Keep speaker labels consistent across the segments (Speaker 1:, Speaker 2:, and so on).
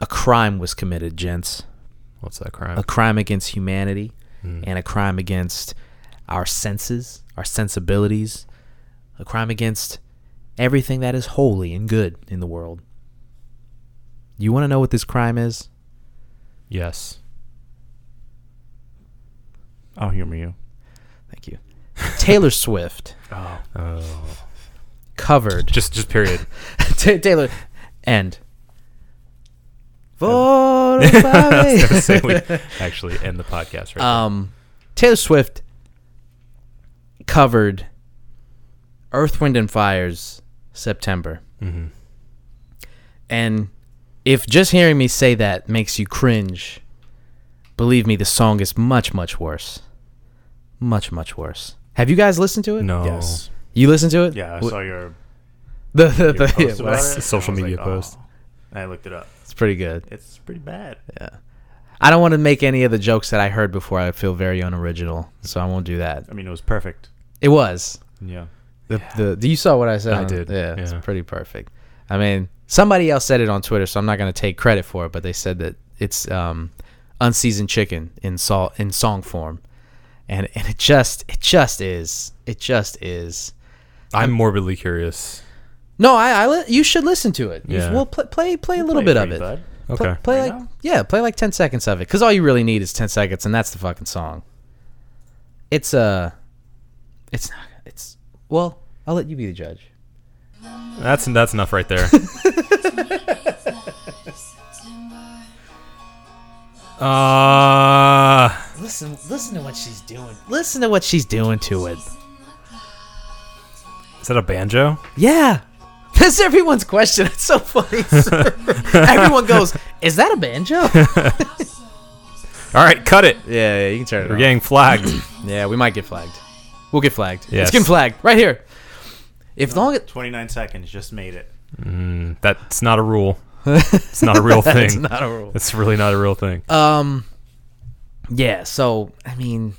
Speaker 1: a crime was committed, gents.
Speaker 2: What's that crime?
Speaker 1: A crime against humanity
Speaker 2: Mm.
Speaker 1: and a crime against our senses, our sensibilities, a crime against everything that is holy and good in the world. You want to know what this crime is?
Speaker 2: Yes.
Speaker 3: I'll humor you.
Speaker 1: Thank you. Taylor Swift
Speaker 3: Oh,
Speaker 2: Oh.
Speaker 1: covered
Speaker 2: Just just period.
Speaker 1: Ta Taylor end.
Speaker 2: I was gonna say
Speaker 1: Vote
Speaker 2: we actually end the podcast right
Speaker 1: Um, Taylor Swift covered Earth, Wind, and Fire's September.
Speaker 2: there. Mhm.
Speaker 1: And if just hearing me say that makes you cringe, believe me, the song is much, much worse. Much, much worse. Have you guys listened to it?
Speaker 2: No.
Speaker 3: yes.
Speaker 1: You listened to it?
Speaker 3: Yeah, I
Speaker 1: Wh-
Speaker 3: saw your,
Speaker 1: The, the,
Speaker 3: your
Speaker 1: the,
Speaker 3: post about
Speaker 2: that's
Speaker 3: it,
Speaker 2: a
Speaker 3: and
Speaker 2: social
Speaker 3: I was
Speaker 2: media
Speaker 3: "Oh."
Speaker 2: post.
Speaker 3: And I looked it up.
Speaker 1: it's pretty good.
Speaker 3: It's pretty bad.
Speaker 1: Yeah. I don't want to make any of the jokes that I heard before. I feel very unoriginal, so I won't do that.
Speaker 3: I mean, it was perfect.
Speaker 1: It was.
Speaker 3: Yeah.
Speaker 1: The, the, you saw what I said.
Speaker 2: I
Speaker 1: on-
Speaker 2: did,
Speaker 1: Yeah, it's
Speaker 2: yeah.
Speaker 1: pretty perfect. I mean, somebody else said it on Twitter, so I'm not going to take credit for it. But they said that it's um, unseasoned chicken in sol- in song form, and and it just it just is it just is.
Speaker 2: I'm morbidly curious.
Speaker 1: No, I, I li- you should listen to it. You
Speaker 2: Yeah.
Speaker 1: sh- We'll pl- play play a little
Speaker 3: Play
Speaker 1: bit of it.
Speaker 3: for you, bud.
Speaker 1: Pl-
Speaker 2: Okay.
Speaker 1: play
Speaker 3: Right
Speaker 1: like
Speaker 3: now?
Speaker 1: yeah, play like ten seconds of it, because all you really need is ten seconds, and that's the fucking song. It's uh, it's not. It's well, I'll let you be the judge.
Speaker 2: That's that's enough right there. uh
Speaker 1: Listen, listen to what she's doing. Listen to what she's doing to it.
Speaker 2: is that a banjo?
Speaker 1: Yeah. That's everyone's question. It's so funny. Everyone goes, "Is that a banjo?" yeah,
Speaker 2: All right, cut it.
Speaker 1: yeah, you can turn it
Speaker 2: We're getting flagged.
Speaker 1: Yeah, we might get flagged. We'll get flagged. It's
Speaker 2: Yes.
Speaker 1: getting flagged right here. If long as
Speaker 3: 29 seconds just made it.
Speaker 2: Mm, that's not a rule. It's not a real thing.
Speaker 1: it's not a rule.
Speaker 2: It's really not a real thing.
Speaker 1: Um, yeah. So I mean,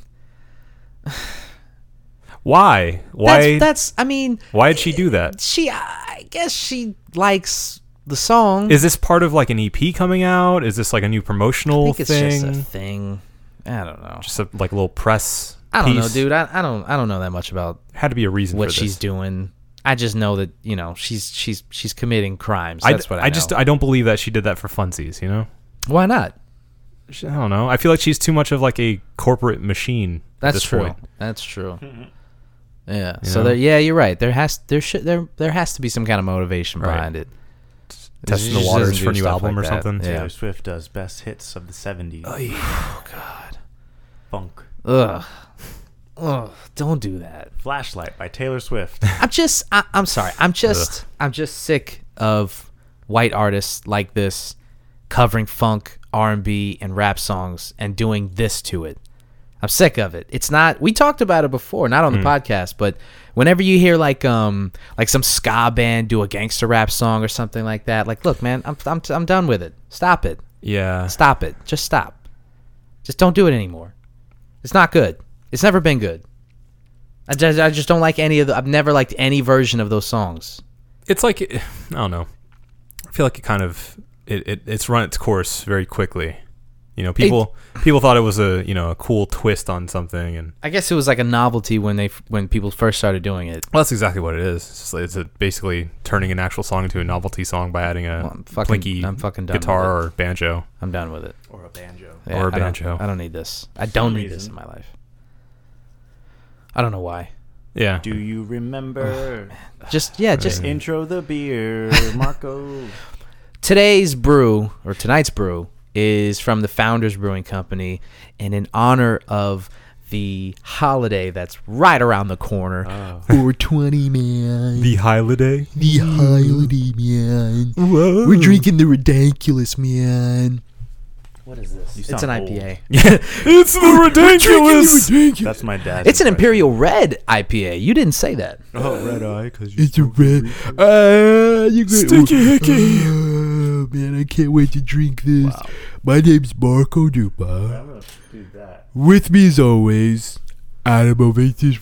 Speaker 2: Why? Why?
Speaker 1: that's, that's I mean,
Speaker 2: why did she do that?
Speaker 1: she. I guess she likes the song.
Speaker 2: Is this part of like an EP coming out? Is this like a new promotional
Speaker 1: I think it's
Speaker 2: thing?
Speaker 1: just a thing. I don't know.
Speaker 2: Just a, like little press.
Speaker 1: I don't know,
Speaker 2: piece?
Speaker 1: dude. I, I don't I don't know that much about
Speaker 2: Had to be a reason.
Speaker 1: what
Speaker 2: for
Speaker 1: she's
Speaker 2: this.
Speaker 1: doing. I just know that you know she's she's she's committing crimes.
Speaker 2: I,
Speaker 1: That's what I, know.
Speaker 2: just I don't believe that she did that for funsies. You know.
Speaker 1: why not?
Speaker 2: She- I don't know. I feel like she's too much of like a corporate machine. at
Speaker 1: That's
Speaker 2: this
Speaker 1: true.
Speaker 2: Point.
Speaker 1: That's true. Yeah. so
Speaker 2: know?
Speaker 1: there, yeah, you're right. There has there should there there has to be some kind of motivation
Speaker 2: Right.
Speaker 1: behind it.
Speaker 2: Testing
Speaker 1: She
Speaker 2: the
Speaker 1: just
Speaker 2: waters
Speaker 1: doesn't
Speaker 2: for a
Speaker 1: do
Speaker 2: new
Speaker 1: stuff
Speaker 2: album
Speaker 1: like
Speaker 2: or
Speaker 1: that.
Speaker 2: something.
Speaker 1: Yeah.
Speaker 3: Taylor Swift does best hits of the 70s.
Speaker 1: Oh God.
Speaker 3: Funk.
Speaker 1: Ugh. Ugh. Don't do that.
Speaker 3: Flashlight by Taylor Swift.
Speaker 1: I'm just. I, I'm sorry. I'm just. I'm just sick of white artists like this covering funk, R&B, and rap songs and doing this to it. I'm sick of it. It's not. We talked about it before, not on the podcast, but whenever you hear like um like some ska band do a gangster rap song or something like that, like look, man, I'm I'm I'm done with it. Stop it.
Speaker 2: Yeah.
Speaker 1: Stop it. Just stop. Just don't do it anymore. It's not good. It's never been good. I just, I just don't like any of the. I've never liked any version of those songs.
Speaker 2: It's like I don't know. I feel like it kind of it, it it's run its course very quickly. You know, people people thought it was a you know a cool twist on something, and
Speaker 1: I guess it was like a novelty when they f- when people first started doing it.
Speaker 2: well, that's exactly what it is. It's, just, like- it's a, basically turning an actual song into a novelty song by adding a
Speaker 1: Well, I'm fucking-
Speaker 2: plinky
Speaker 1: I'm fucking done with
Speaker 2: guitar or banjo.
Speaker 1: I'm done with it.
Speaker 3: or a banjo.
Speaker 1: Yeah,
Speaker 2: Or a
Speaker 1: I don't-
Speaker 2: banjo.
Speaker 1: I don't need this. I don't need this
Speaker 3: reason.
Speaker 1: in my life. I don't know why.
Speaker 2: Yeah,
Speaker 3: Do you remember?
Speaker 1: Just yeah, just
Speaker 3: Intro the beer, Marco.
Speaker 1: today's brew or tonight's brew is from the Founders Brewing Company, and in honor of the holiday that's right around the corner, 420 man,
Speaker 2: the holiday.
Speaker 1: the holiday man. We're
Speaker 2: Mm.
Speaker 1: drinking the ridiculous man. What is this?
Speaker 3: You
Speaker 1: it's an
Speaker 3: sound
Speaker 1: IPA.
Speaker 2: it's the ridiculous.
Speaker 3: That's my dad.
Speaker 1: It's an Imperial Red IPA. You didn't say that.
Speaker 3: Oh, red eye, because
Speaker 4: It's a red. Uh, you got-
Speaker 2: Sticky hickey.
Speaker 4: Oh, man, I can't wait to drink this. My name's Marco Dupa.
Speaker 3: gonna do that.
Speaker 4: With me, as always, Adam Ovates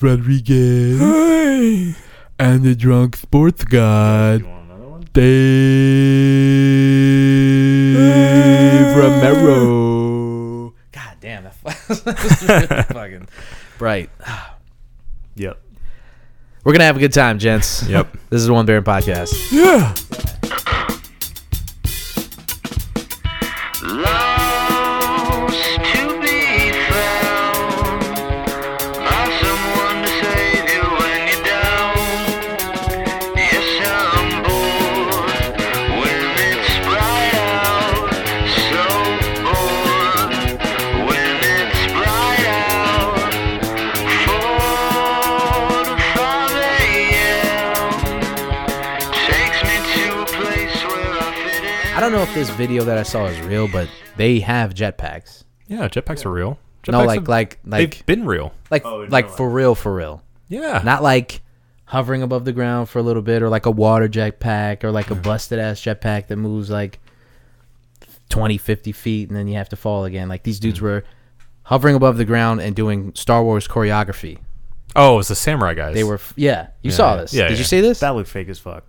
Speaker 4: Rodriguez
Speaker 2: Hey.
Speaker 4: and the drunk sports god,
Speaker 3: You want another one?
Speaker 4: Dave.
Speaker 1: Romero. God damn, that was really fucking bright.
Speaker 3: Yep.
Speaker 1: We're gonna have a good time, gents.
Speaker 2: Yep.
Speaker 1: This is the One Baron Podcast.
Speaker 2: Yeah.
Speaker 5: Lost to be found by someone to save you when you're down. Yes, I'm bored when it's bright out. So bored when it's bright out. Four to five a.m. takes me to a place where I fit in.
Speaker 1: I don't know if this video that I saw is real, but they have jetpacks.
Speaker 2: Yeah, jetpacks are real. Jetpacks
Speaker 1: No, like
Speaker 2: have-
Speaker 1: like like
Speaker 2: they've been real.
Speaker 1: like
Speaker 3: Oh, no,
Speaker 1: like
Speaker 3: I-
Speaker 1: for real, for real.
Speaker 2: Yeah.
Speaker 1: Not like hovering above the ground for a little bit, or like a water jetpack, or like a busted ass jetpack that moves like 20, 50 feet, and then you have to fall again. Like these dudes were hovering above the ground and doing Star Wars choreography.
Speaker 2: oh, it was the samurai guys.
Speaker 1: They were, f- yeah, you saw
Speaker 2: yeah.
Speaker 1: this.
Speaker 2: Yeah,
Speaker 1: Did
Speaker 2: yeah.
Speaker 1: you see this?
Speaker 3: That looked fake as fuck.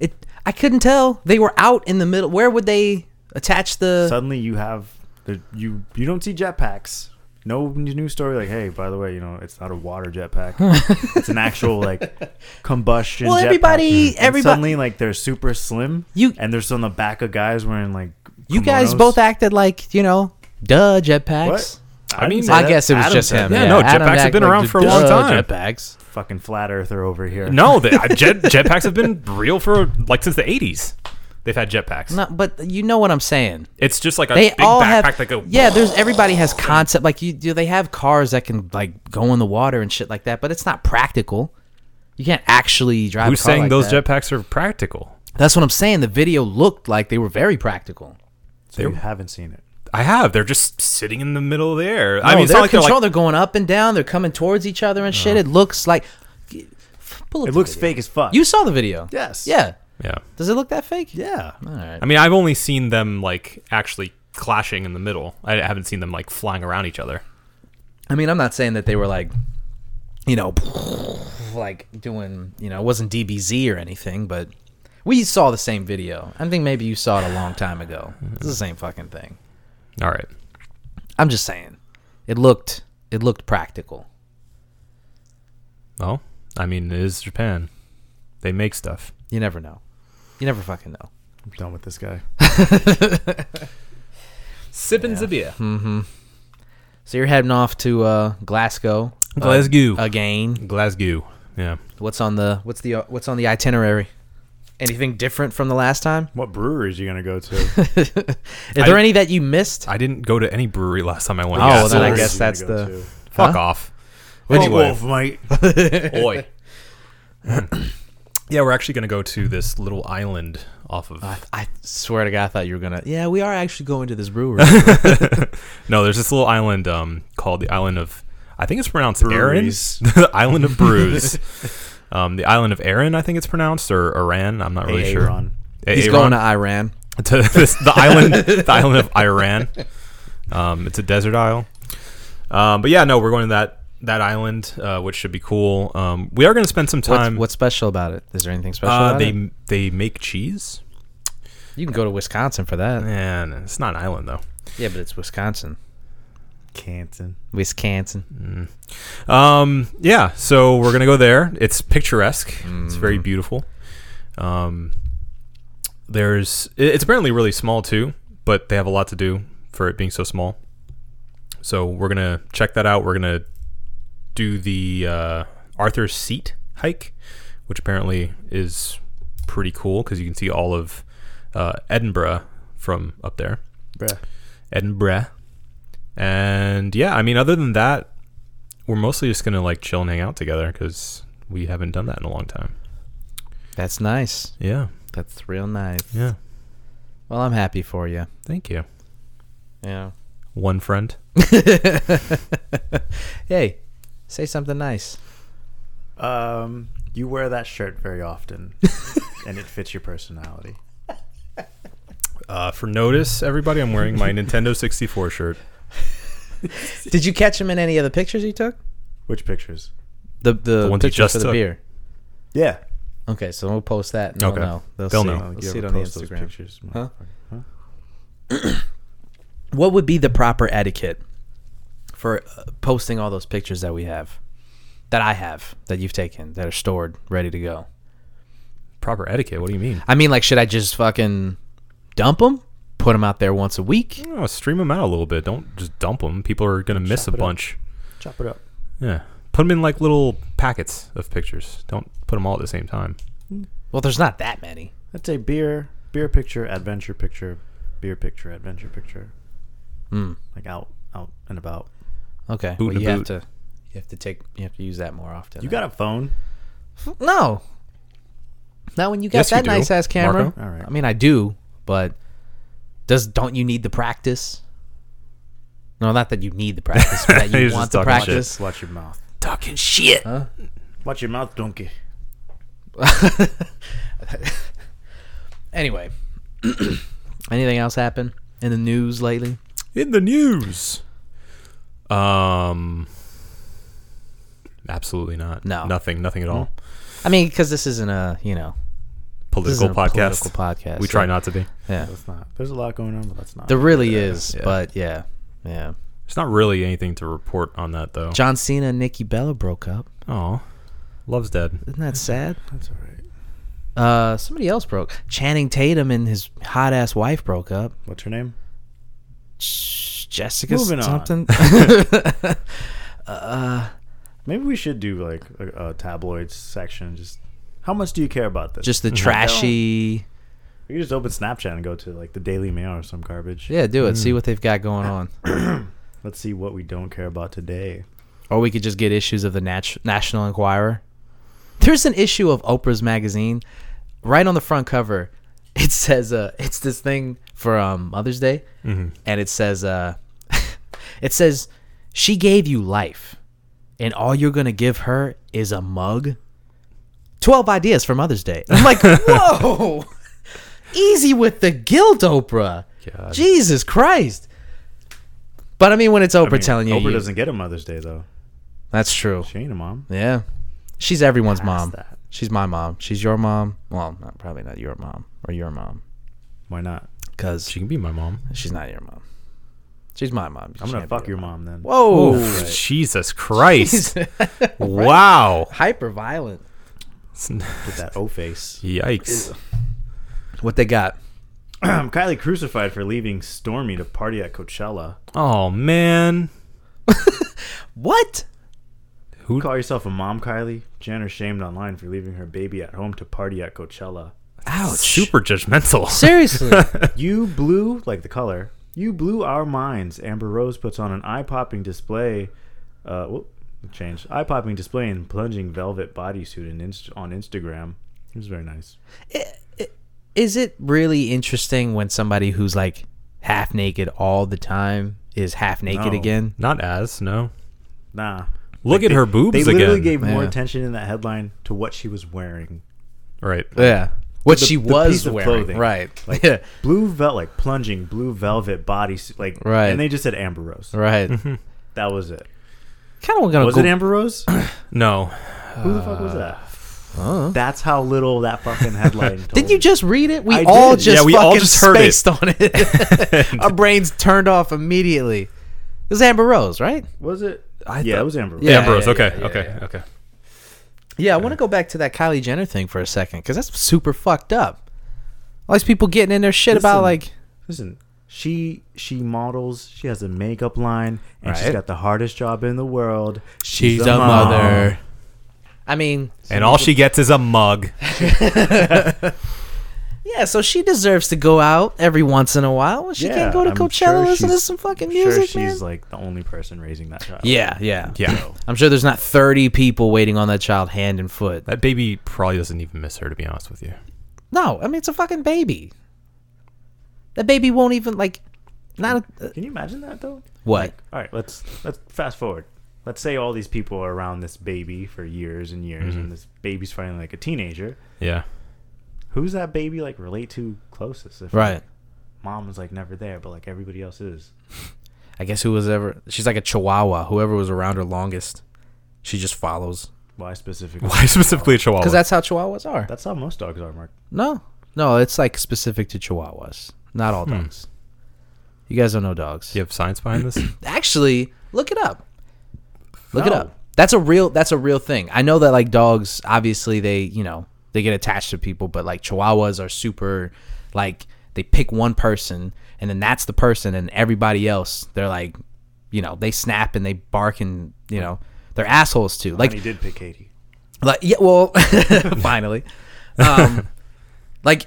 Speaker 1: It, I couldn't tell. They were out in the middle. Where would they attach the?
Speaker 3: Suddenly you have the, you you don't see jetpacks. No n- new story like, hey, by the way, you know, it's not a water jetpack. it's an actual like combustion.
Speaker 1: Well,
Speaker 3: jetpack.
Speaker 1: everybody-
Speaker 3: And
Speaker 1: everybo-
Speaker 3: suddenly like they're super slim.
Speaker 1: You-
Speaker 3: and there's on the back of guys wearing like.
Speaker 1: You guys
Speaker 3: kimonos.
Speaker 1: both acted like, you know, duh, jetpacks.
Speaker 3: What?
Speaker 2: I mean,
Speaker 3: didn't say
Speaker 1: I
Speaker 3: that.
Speaker 1: guess it was
Speaker 3: Adam
Speaker 1: just
Speaker 3: said
Speaker 1: him.
Speaker 3: that.
Speaker 2: Yeah, no,
Speaker 1: Adam
Speaker 2: jetpacks have
Speaker 1: act
Speaker 2: been around
Speaker 1: the
Speaker 2: for a long
Speaker 1: duh
Speaker 2: time.
Speaker 1: Jetpacks.
Speaker 3: Fucking flat earther over here.
Speaker 2: no, they, I- jet jetpacks have been real for like since the 80s. They've had jetpacks.
Speaker 1: No, but you know what I'm saying.
Speaker 2: It's just like a
Speaker 1: They
Speaker 2: big
Speaker 1: all
Speaker 2: backpack
Speaker 1: have.
Speaker 2: that go.
Speaker 1: yeah, there's everybody has concept. Like you, do they have cars that can like go in the water and shit like that? But it's not practical. You can't actually drive.
Speaker 2: Who's
Speaker 1: a car
Speaker 2: saying
Speaker 1: like
Speaker 2: those
Speaker 1: that.
Speaker 2: jetpacks are practical?
Speaker 1: That's what I'm saying. The video looked like they were very practical.
Speaker 3: so you haven't seen it.
Speaker 2: I have. They're just sitting in the middle of the air. I
Speaker 1: No,
Speaker 2: mean, it's
Speaker 1: they're
Speaker 2: not like they're
Speaker 1: control. They're, Uh-huh.
Speaker 2: like.
Speaker 1: going up and down. They're coming towards each other and shit. It looks like. Pull up
Speaker 3: It
Speaker 1: the
Speaker 3: looks
Speaker 1: video.
Speaker 3: fake as fuck.
Speaker 1: You saw the video.
Speaker 3: Yes.
Speaker 1: Yeah.
Speaker 2: Yeah.
Speaker 1: Does it look that fake?
Speaker 3: Yeah.
Speaker 1: All right.
Speaker 2: I mean, I've only seen them like actually clashing in the middle. I haven't seen them like flying around each other.
Speaker 1: I mean, I'm not saying that they were like, you know, like doing, you know, it wasn't DBZ or anything, but we saw the same video. I think maybe you saw it a long time ago. It's the same fucking thing.
Speaker 2: All right.
Speaker 1: I'm just saying, it looked it looked practical.
Speaker 2: Well, I mean, it is Japan. They make stuff.
Speaker 1: You never know. You never fucking know.
Speaker 3: I'm done with this guy.
Speaker 2: Sipping the beer.
Speaker 1: So you're heading off to uh, Glasgow uh,
Speaker 2: Glasgow.
Speaker 1: again.
Speaker 2: Glasgow. Yeah.
Speaker 1: What's on the what's the uh, what's on the itinerary? Anything different from the last time?
Speaker 3: What breweries you gonna go to?
Speaker 1: Is there any that you missed?
Speaker 2: I didn't go to any brewery last time I went.
Speaker 1: Oh,
Speaker 2: Yeah,
Speaker 1: well, then I
Speaker 2: so-
Speaker 1: guess that's
Speaker 3: You gonna go
Speaker 1: the-
Speaker 3: to?
Speaker 2: Fuck
Speaker 1: huh?
Speaker 2: off.
Speaker 3: Anyway.
Speaker 2: Anyway.
Speaker 3: Wolf, mate.
Speaker 2: Oi. yeah, we're actually going to go to this little island off of.
Speaker 1: I, I swear to God, I thought you were gonna. Yeah, we are actually going to this brewery.
Speaker 2: no, there's this little island um, called the Island of. I think it's pronounced Erin.
Speaker 3: Breweries.
Speaker 2: the Island of Brews. um, the Island of Erin, I think it's pronounced, or Iran. I'm not really sure.
Speaker 3: Aaron.
Speaker 2: A-
Speaker 1: He's
Speaker 2: Iran.
Speaker 1: going to Iran.
Speaker 2: to this, the island, the island of Iran. Um, it's a desert isle. Um, but yeah, no, we're going to that that island, uh, which should be cool. Um, we are going to spend some
Speaker 1: What's,
Speaker 2: time.
Speaker 1: what's special about it? Is there anything special?
Speaker 2: uh,
Speaker 1: about
Speaker 2: they
Speaker 1: it?
Speaker 2: they make cheese.
Speaker 1: You can go to Wisconsin for that.
Speaker 2: And it's not an island though.
Speaker 1: Yeah, but it's Wisconsin.
Speaker 3: Canton.
Speaker 1: Wisconsin.
Speaker 2: Um, yeah, so we're gonna go there. It's picturesque. It's very beautiful. Um, there's i- it's apparently really small too, but they have a lot to do for it being so small. So we're gonna check that out. We're gonna do the uh, Arthur's Seat hike, which apparently is pretty cool because you can see all of uh, Edinburgh from up there.
Speaker 3: Bruh.
Speaker 2: Edinburgh. And yeah, I mean, other than that, we're mostly just gonna like chill and hang out together because we haven't done that in a long time.
Speaker 1: That's nice.
Speaker 2: Yeah,
Speaker 1: That's real nice.
Speaker 2: yeah.
Speaker 1: Well, I'm happy for you.
Speaker 2: Thank you,
Speaker 1: Yeah.
Speaker 2: one friend.
Speaker 1: Hey, say something nice.
Speaker 3: Um, you wear that shirt very often, and it fits your personality.
Speaker 2: Uh, for notice, everybody, I'm wearing my Nintendo 64 shirt.
Speaker 1: Did you catch him in any of the pictures you took?
Speaker 3: Which pictures?
Speaker 1: The the,
Speaker 2: The ones you
Speaker 1: pictures
Speaker 2: just
Speaker 1: for the
Speaker 2: took.
Speaker 1: beer.
Speaker 3: Yeah.
Speaker 1: Okay, so we'll post that. And
Speaker 2: Okay.
Speaker 1: They'll know. They'll,
Speaker 2: They'll
Speaker 1: see.
Speaker 2: know.
Speaker 1: They'll
Speaker 3: you
Speaker 1: see
Speaker 3: ever
Speaker 1: it on the
Speaker 3: post those
Speaker 1: Instagram.
Speaker 3: pictures,
Speaker 1: Huh?
Speaker 3: motherfucker? Huh?
Speaker 1: what would be the proper etiquette for uh, posting all those pictures that we have, that I have, that you've taken, that are stored, ready to go?
Speaker 2: Proper etiquette. What do you mean?
Speaker 1: I mean, like, should I just fucking dump them, put them out there once a week?
Speaker 2: Oh, stream them out a little bit. Don't just dump them. People are gonna miss a
Speaker 3: Chop it up.
Speaker 2: bunch.
Speaker 3: Chop it up.
Speaker 2: Yeah. Put them in like little packets of pictures. Don't put them all at the same time.
Speaker 1: Well, there's not that many.
Speaker 3: Let's say beer, beer picture, adventure picture, beer picture, adventure picture.
Speaker 1: Hmm.
Speaker 3: Like out, out and about.
Speaker 1: Okay,
Speaker 2: Boot
Speaker 1: well,
Speaker 2: and a
Speaker 1: you have
Speaker 2: boot.
Speaker 1: to, you have to take, you have to use that more often.
Speaker 3: You got a phone?
Speaker 1: no. Not when you got
Speaker 2: Yes, you
Speaker 1: that
Speaker 2: do,
Speaker 1: nice ass camera.
Speaker 2: Marco.
Speaker 3: All right.
Speaker 1: I mean, I do, but does don't you need the practice? No, not that you need the practice, but that
Speaker 2: He's
Speaker 1: you
Speaker 2: just
Speaker 1: want the
Speaker 2: talking shit.
Speaker 1: practice.
Speaker 3: Watch your mouth.
Speaker 2: Talking shit.
Speaker 3: Watch your mouth, donkey.
Speaker 1: Anyway, anything else happen in the news lately?
Speaker 2: In the news. Um. Absolutely not.
Speaker 1: No.
Speaker 2: Nothing. Nothing at all.
Speaker 1: I mean, because this isn't a you know this
Speaker 2: Political
Speaker 1: isn't a
Speaker 2: podcast.
Speaker 1: political podcast.
Speaker 2: we try not to be.
Speaker 1: Yeah,
Speaker 3: That's not. There's a lot going on, but that's not.
Speaker 1: there really is,
Speaker 2: yeah.
Speaker 1: but yeah, yeah.
Speaker 2: There's not really anything to report on that though.
Speaker 1: John Cena and Nikki Bella broke up.
Speaker 2: Oh, love's dead.
Speaker 1: Isn't that sad?
Speaker 3: that's all right.
Speaker 1: Uh, somebody else broke. Channing Tatum and his hot ass wife broke up.
Speaker 3: What's her name?
Speaker 1: Sh- Jessica
Speaker 3: Moving on.
Speaker 1: something.
Speaker 3: Maybe we should do like a, a tabloid section. Just how much do you care about this?
Speaker 1: Just the trashy.
Speaker 3: you just open Snapchat and go to like the Daily Mail or some garbage.
Speaker 1: Yeah, do it.
Speaker 3: Mm.
Speaker 1: See what they've got going on.
Speaker 3: Let's see what we don't care about today.
Speaker 1: Or we could just get issues of the Nat- National Enquirer. There's an issue of Oprah's magazine. Right on the front cover, it says uh, it's this thing for um, Mother's Day,
Speaker 3: Mm-hmm.
Speaker 1: and it says uh, it says she gave you life, and all you're gonna give her is a mug. Twelve ideas for Mother's Day. I'm like, whoa, easy with the guilt, Oprah.
Speaker 2: God.
Speaker 1: Jesus Christ. But I mean, when it's Oprah
Speaker 3: I mean,
Speaker 1: telling you,
Speaker 3: Oprah
Speaker 1: you-
Speaker 3: doesn't get a Mother's Day though.
Speaker 1: that's true.
Speaker 3: She ain't a mom.
Speaker 1: Yeah. She's everyone's mom.
Speaker 3: that.
Speaker 1: She's my mom. She's your mom. Well, not, probably not your mom or your mom
Speaker 3: Why not?
Speaker 1: because
Speaker 2: She can be my mom.
Speaker 1: she's not your mom. She's my mom.
Speaker 3: I'm gonna fuck your mom then.
Speaker 1: Whoa.
Speaker 2: Oh, Jesus Christ! Wow.
Speaker 1: Hyper violent.
Speaker 3: With that O face.
Speaker 2: Yikes.
Speaker 1: What they got?
Speaker 3: Kylie crucified for leaving Stormy to party at Coachella.
Speaker 2: Oh man.
Speaker 1: What?
Speaker 3: Who call yourself a mom, Kylie? Jenner shamed online for leaving her baby at home to party at Coachella.
Speaker 1: Ouch.
Speaker 2: Super judgmental.
Speaker 1: Seriously.
Speaker 3: You blew, like the color, you blew our minds. Amber Rose puts on an eye popping display. Uh, whoop, changed. Eye popping display and plunging velvet bodysuit in inst- on Instagram. It was very nice.
Speaker 1: is it really interesting when somebody who's like half naked all the time is half naked
Speaker 3: No.
Speaker 1: again?
Speaker 2: Not as no.
Speaker 3: Nah.
Speaker 2: Look at
Speaker 3: they-
Speaker 2: her boobs
Speaker 3: They literally
Speaker 2: again.
Speaker 3: gave more
Speaker 1: Yeah.
Speaker 3: attention in that headline to what she was wearing.
Speaker 2: right.
Speaker 1: Yeah. What
Speaker 3: The-
Speaker 1: she
Speaker 3: the
Speaker 1: was
Speaker 3: piece of
Speaker 1: wearing.
Speaker 3: clothing.
Speaker 1: Right.
Speaker 3: Like
Speaker 1: yeah.
Speaker 3: blue velvet, like plunging blue velvet bodysuit. Like,
Speaker 1: Right.
Speaker 3: And they just said Amber Rose.
Speaker 1: Right. Oh,
Speaker 3: That was it.
Speaker 1: Kind of gonna
Speaker 3: Was
Speaker 1: go
Speaker 3: it Amber Rose?
Speaker 2: No.
Speaker 3: Who the fuck was that? That's how little that fucking headline. told
Speaker 1: Did you
Speaker 3: me.
Speaker 1: just read it? We
Speaker 3: I
Speaker 1: all
Speaker 3: did.
Speaker 1: just
Speaker 2: Yeah, we all
Speaker 1: fucking
Speaker 2: just heard it.
Speaker 1: spaced on it. Our brains turned off immediately. This is Amber Rose, right?
Speaker 3: Was it? yeah, it was Amber Rose.
Speaker 1: Yeah,
Speaker 2: Amber Rose.
Speaker 1: yeah,
Speaker 2: okay.
Speaker 1: yeah, yeah,
Speaker 2: okay.
Speaker 1: yeah.
Speaker 2: Okay.
Speaker 1: Yeah, I want to go back to that Kylie Jenner thing for a second because that's super fucked up. All these people getting in their shit about
Speaker 3: Listen.
Speaker 1: like,
Speaker 3: Listen, she she models. She has a makeup line, and she's
Speaker 1: Right.
Speaker 3: got the hardest job in the world.
Speaker 1: she's
Speaker 3: a mom.
Speaker 1: I mean,
Speaker 2: And all she gets is a mug.
Speaker 1: yeah, so she deserves to go out every once in a while. She
Speaker 3: Yeah,
Speaker 1: can go to
Speaker 3: I'm
Speaker 1: Coachella
Speaker 3: sure
Speaker 1: and listen to
Speaker 3: she's-
Speaker 1: some fucking
Speaker 3: I'm sure
Speaker 1: music,
Speaker 3: she's
Speaker 1: man.
Speaker 3: like the only person raising that child.
Speaker 1: yeah, yeah,
Speaker 2: Yeah.
Speaker 1: I'm sure there's not 30 people waiting on that child hand and foot.
Speaker 2: That baby probably doesn't even miss her, to be honest with you.
Speaker 1: No, I mean it's a fucking baby. That baby won't even like, not a, uh,
Speaker 3: Can you imagine that though?
Speaker 1: what?
Speaker 3: All right, let's let's fast forward. Let's say all these people are around this baby for years and years,
Speaker 1: Mm-hmm.
Speaker 3: and this baby's finally like a teenager.
Speaker 2: Yeah.
Speaker 3: Who's that baby like relate to closest? If
Speaker 1: Right.
Speaker 3: mom was like never there, but like everybody else is.
Speaker 1: I guess who was ever? She's like a Chihuahua. Whoever was around her longest, she just follows.
Speaker 3: Why specifically?
Speaker 2: Why specifically a Chihuahua?
Speaker 1: Because that's how Chihuahuas are.
Speaker 3: That's how most dogs are, Mark.
Speaker 1: Hmm. No, no, it's like specific to Chihuahuas. Not all dogs. You guys don't know dogs.
Speaker 2: you have science behind this?
Speaker 1: Actually, look it up. Look it up. That's a real that's a real thing. I know that like dogs obviously they, you know, they get attached to people, but like chihuahuas are super like they pick one person and then that's the person and everybody else they're like, you know, they snap and they bark and, you know, they're assholes too. Like
Speaker 3: and he did pick Katie.
Speaker 1: like yeah well finally um like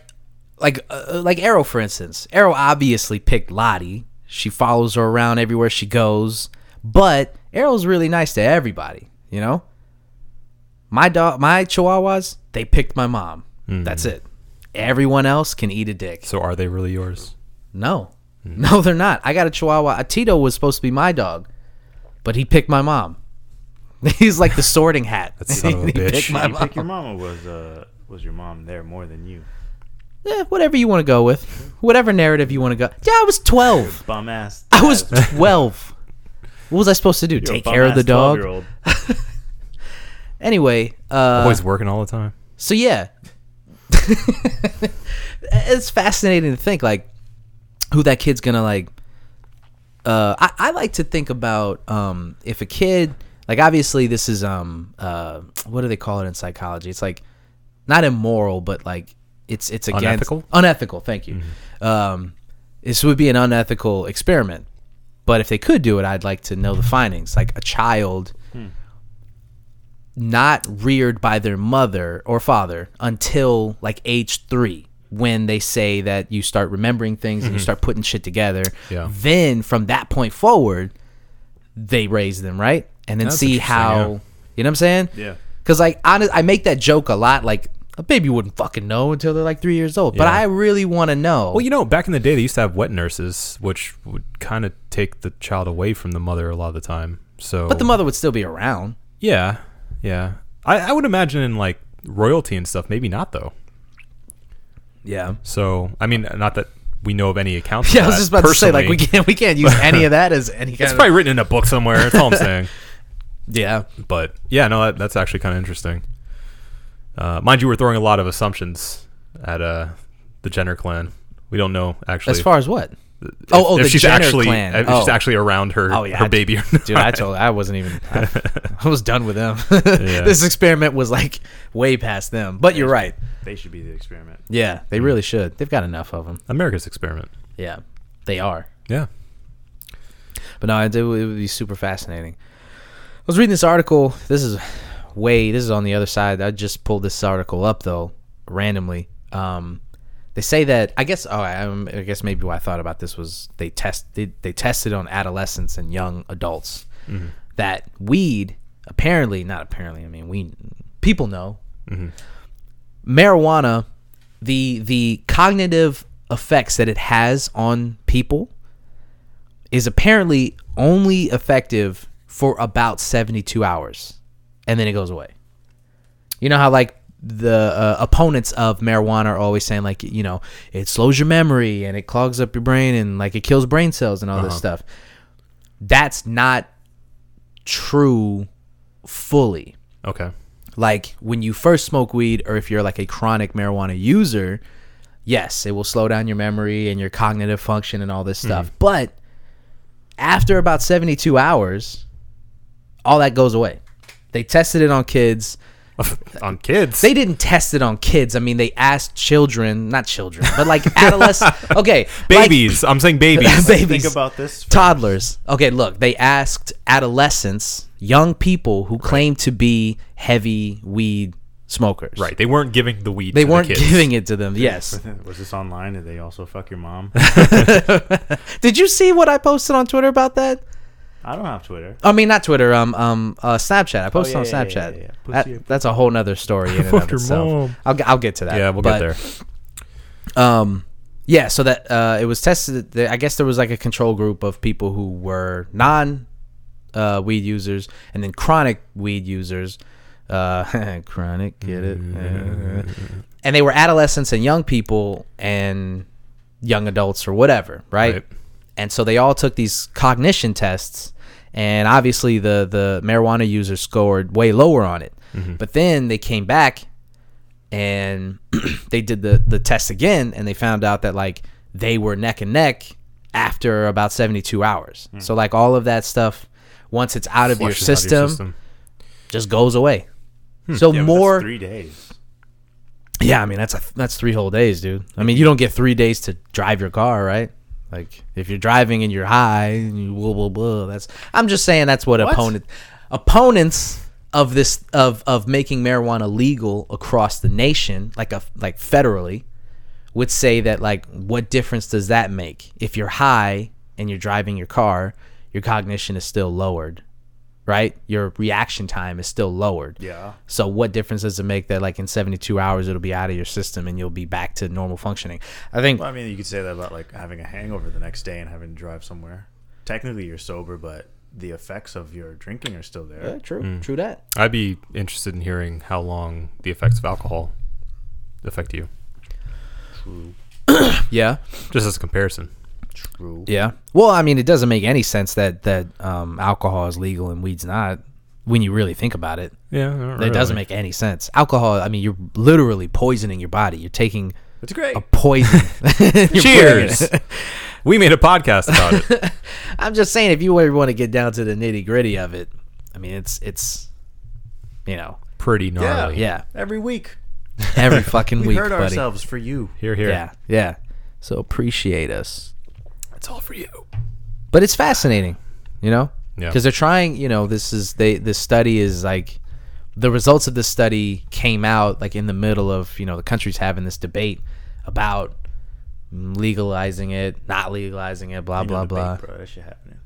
Speaker 1: like uh, like arrow for instance arrow obviously picked lottie she follows her around everywhere she goes but arrow's really nice to everybody you know my dog my chihuahuas they picked my mom that's
Speaker 2: Mm-hmm.
Speaker 1: it everyone else can eat a dick
Speaker 2: so are they really yours?
Speaker 1: no.
Speaker 2: Mm-hmm.
Speaker 1: No, they're not. I got a Chihuahua. A Tito was supposed to be my dog, but he picked my mom. He's like the sorting hat.
Speaker 2: son of a
Speaker 1: he
Speaker 2: bitch.
Speaker 1: picked my
Speaker 3: You
Speaker 1: mom.
Speaker 3: pick your mama was uh was your mom there more than you.
Speaker 1: Eh, whatever you want to go with. Whatever narrative you want to go. Yeah, I was 12.
Speaker 3: Bum ass.
Speaker 1: I was 12. What was I supposed to do? Take care of the dog? Anyway, uh,
Speaker 2: Always working all the time.
Speaker 1: so yeah. it's fascinating to think, like, who that kid's gonna like uh I, I like to think about um if a kid like obviously this is um uh what do they call it in psychology it's like not immoral but like it's it's against
Speaker 2: Unethical?
Speaker 1: unethical thank you um this would be an unethical experiment but if they could do it i'd like to know the findings like a child
Speaker 2: Hmm.
Speaker 1: not reared by their mother or father until like age three when they say that you start remembering things and you start putting shit together
Speaker 2: Mm-hmm. Yeah.
Speaker 1: then from that point forward they raise them right and then
Speaker 2: That's
Speaker 1: see
Speaker 2: interesting,
Speaker 1: how
Speaker 2: yeah.
Speaker 1: you know what i'm saying
Speaker 3: Yeah.
Speaker 1: because like honest i make that joke a lot like a baby wouldn't fucking know until they're like three years old but
Speaker 2: Yeah.
Speaker 1: i really want to know
Speaker 2: Well, you know, back in the day, they used to have wet nurses, which would kind of take the child away from the mother a lot of the time. So,
Speaker 1: but the mother would still be around
Speaker 2: yeah, yeah, I, I would imagine in like royalty and stuff, maybe not though.
Speaker 1: yeah
Speaker 2: So, I mean, not that we know of any accounts. of
Speaker 1: yeah i was
Speaker 2: that
Speaker 1: just about to say like we
Speaker 2: Uh, personally.
Speaker 1: can't we can't use any of that as any kind
Speaker 2: It's
Speaker 1: of
Speaker 2: probably written in a book somewhere. That's all I'm saying.
Speaker 1: yeah
Speaker 2: But yeah, no, that, that's actually kind of interesting. Uh, mind you, we're throwing a lot of assumptions at uh, the Jenner clan. We don't know actually.
Speaker 1: as far as what
Speaker 2: if,
Speaker 1: oh, oh,
Speaker 2: if
Speaker 1: the
Speaker 2: she's
Speaker 1: Jenner
Speaker 2: actually
Speaker 1: clan.
Speaker 2: if she's
Speaker 1: Oh.
Speaker 2: actually around her
Speaker 1: Oh, yeah,
Speaker 2: her
Speaker 1: I-
Speaker 2: baby. Or
Speaker 1: Dude, I told I wasn't even. I, I was done with them. this experiment was like way past them. But you're right.
Speaker 3: They should be the experiment.
Speaker 1: Yeah,
Speaker 2: Hmm.
Speaker 1: they really should. They've got enough of them.
Speaker 2: America's experiment.
Speaker 1: Yeah, they are.
Speaker 2: Yeah.
Speaker 1: But no, it, it would be super fascinating. I was reading this article. This is way. This is on the other side. I just pulled this article up though, randomly. Um, they say that I guess. Oh, I, um, I guess maybe what I thought about this was they test they, they tested on adolescents and young adults that weed apparently not apparently. I mean, we people know marijuana. The the cognitive effects that it has on people is apparently only effective for about 72 hours and then it goes away. You know how like the uh, opponents of marijuana are always saying like you know it slows your memory and it clogs up your brain and like it kills brain cells and all this stuff. That's not true fully
Speaker 2: Okay.
Speaker 1: like when you first smoke weed or if you're like a chronic marijuana user yes it will slow down your memory and your cognitive function and all this
Speaker 3: Mm-hmm.
Speaker 1: stuff but after about 72 hours all that goes away they tested it on kids
Speaker 2: on kids.
Speaker 1: they didn't test it on kids i mean they asked children not children but like adolescents okay like-
Speaker 2: babies. I'm saying babies.
Speaker 1: babies
Speaker 3: Think about this.
Speaker 1: toddlers. Okay, look, they asked adolescents, young people who claim to be heavy weed smokers.
Speaker 2: right. They weren't giving the weed.
Speaker 1: They
Speaker 2: to
Speaker 1: weren't
Speaker 2: the kids.
Speaker 1: giving it to them. Yes.
Speaker 3: Was this online? Did they also fuck your mom?
Speaker 1: Did you see what I posted on Twitter about that?
Speaker 3: I don't have Twitter.
Speaker 1: I mean, not Twitter. Um, um, uh, Snapchat.
Speaker 2: Oh,
Speaker 1: I posted
Speaker 3: yeah, yeah,
Speaker 1: on
Speaker 3: yeah,
Speaker 1: Snapchat.
Speaker 3: yeah, yeah.
Speaker 1: That-
Speaker 3: Pussy.
Speaker 1: that's a whole nother story in and of
Speaker 2: Fuck your
Speaker 1: itself.
Speaker 2: mom.
Speaker 1: I'll, get- I'll get to that.
Speaker 2: Yeah, we'll
Speaker 1: But,
Speaker 2: get there.
Speaker 1: Um, yeah. So that uh, it was tested. there- I guess there was like a control group of people who were non uh, weed users and then chronic weed users. Uh, chronic, get it? Uh, and they were adolescents and young people and young adults or whatever, right?
Speaker 2: Right.
Speaker 1: And so they all took these cognition tests, and obviously the the marijuana users scored way lower on it. But then they came back and they did the the test again, and they found out that like they were neck and neck after about 72 hours. So like all of that stuff, once it's out of, your
Speaker 2: Flushes out of
Speaker 1: system, just goes away. So
Speaker 3: Yeah, but that's
Speaker 1: more,
Speaker 3: three days.
Speaker 1: yeah. I mean, that's a, that's three whole days, dude. I mean, you don't get three days to drive your car, right? Like if you're driving and you're high, and you blah blah blah. That's I'm just saying that's what, opponent opponents of this of of making marijuana legal across the nation, like a like federally, would say that like what difference does that make if you're high and you're driving your car your cognition is still lowered right your reaction time is still lowered
Speaker 3: Yeah.
Speaker 1: so what difference does it make that like in 72 hours it'll be out of your system and you'll be back to normal functioning i think
Speaker 3: Well, I mean, you could say that about like having a hangover the next day and having to drive somewhere. Technically, you're sober, but the effects of your drinking are still there.
Speaker 1: Yeah, true true that
Speaker 2: I'd be interested in hearing how long the effects of alcohol affect you,
Speaker 1: yeah
Speaker 2: just as a comparison.
Speaker 3: True.
Speaker 1: yeah well i mean it doesn't make any sense that that um, alcohol is legal and weed's not when you really think about it
Speaker 2: Yeah,
Speaker 1: it doesn't make any sense alcohol i mean you're literally poisoning your body you're taking
Speaker 3: It's great.
Speaker 1: a poison You're putting it-
Speaker 2: Cheers. we made a podcast about it.
Speaker 1: I'm just saying, if you ever want to get down to the nitty gritty of it, I mean, it's it's, you know,
Speaker 2: Pretty gnarly.
Speaker 1: yeah,
Speaker 3: Every week.
Speaker 1: every fucking
Speaker 3: We
Speaker 1: week,
Speaker 3: hurt
Speaker 1: buddy.
Speaker 3: ourselves for you.
Speaker 2: Here, here.
Speaker 1: Yeah, yeah. So appreciate us,
Speaker 2: It's all for you.
Speaker 1: but it's fascinating, you know,
Speaker 2: Yeah.
Speaker 1: because they're trying. You know, this is they this study is like the results of this study came out like in the middle of you know the country's having this debate about legalizing it, not legalizing it, blah
Speaker 3: You
Speaker 1: blah
Speaker 3: know the bait,
Speaker 1: blah.
Speaker 3: bro. That shit happening.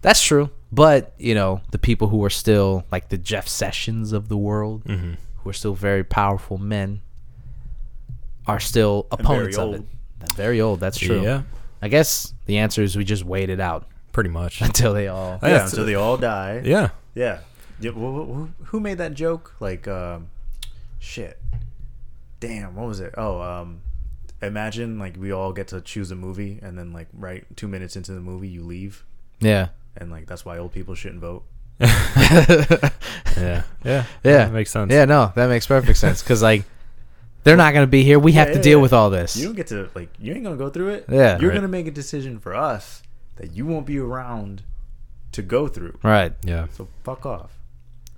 Speaker 1: That's true. But, you know, the people who are still like the Jeff Sessions of the world,
Speaker 3: Mm-hmm.
Speaker 1: who are still very powerful men, are still opponents
Speaker 3: very
Speaker 1: of it.
Speaker 3: old.
Speaker 1: They're very old. That's true.
Speaker 2: Yeah,
Speaker 1: I guess the answer is we just wait it out
Speaker 2: pretty much.
Speaker 1: until they all.
Speaker 2: Yeah,
Speaker 3: Yeah.
Speaker 2: it's-
Speaker 3: So they all die.
Speaker 2: yeah.
Speaker 3: Yeah. yeah who, who, who made that joke? Like, um, shit. Damn, what was it? Oh, um, imagine like we all get to choose a movie, and then like right two minutes into the movie, you leave,
Speaker 1: Yeah.
Speaker 3: and like that's why old people shouldn't vote.
Speaker 2: Yeah. Yeah.
Speaker 1: Yeah.
Speaker 2: That makes sense.
Speaker 1: Yeah, no, that makes perfect sense. Because, like, they're not going to be here. We have to
Speaker 3: yeah,
Speaker 1: deal
Speaker 3: yeah.
Speaker 1: with all this.
Speaker 3: You don't get to like you ain't gonna go through it.
Speaker 1: Yeah.
Speaker 3: you're
Speaker 2: Right.
Speaker 3: gonna make a decision for us that you won't be around to go through.
Speaker 1: Right.
Speaker 2: Yeah.
Speaker 3: So fuck off.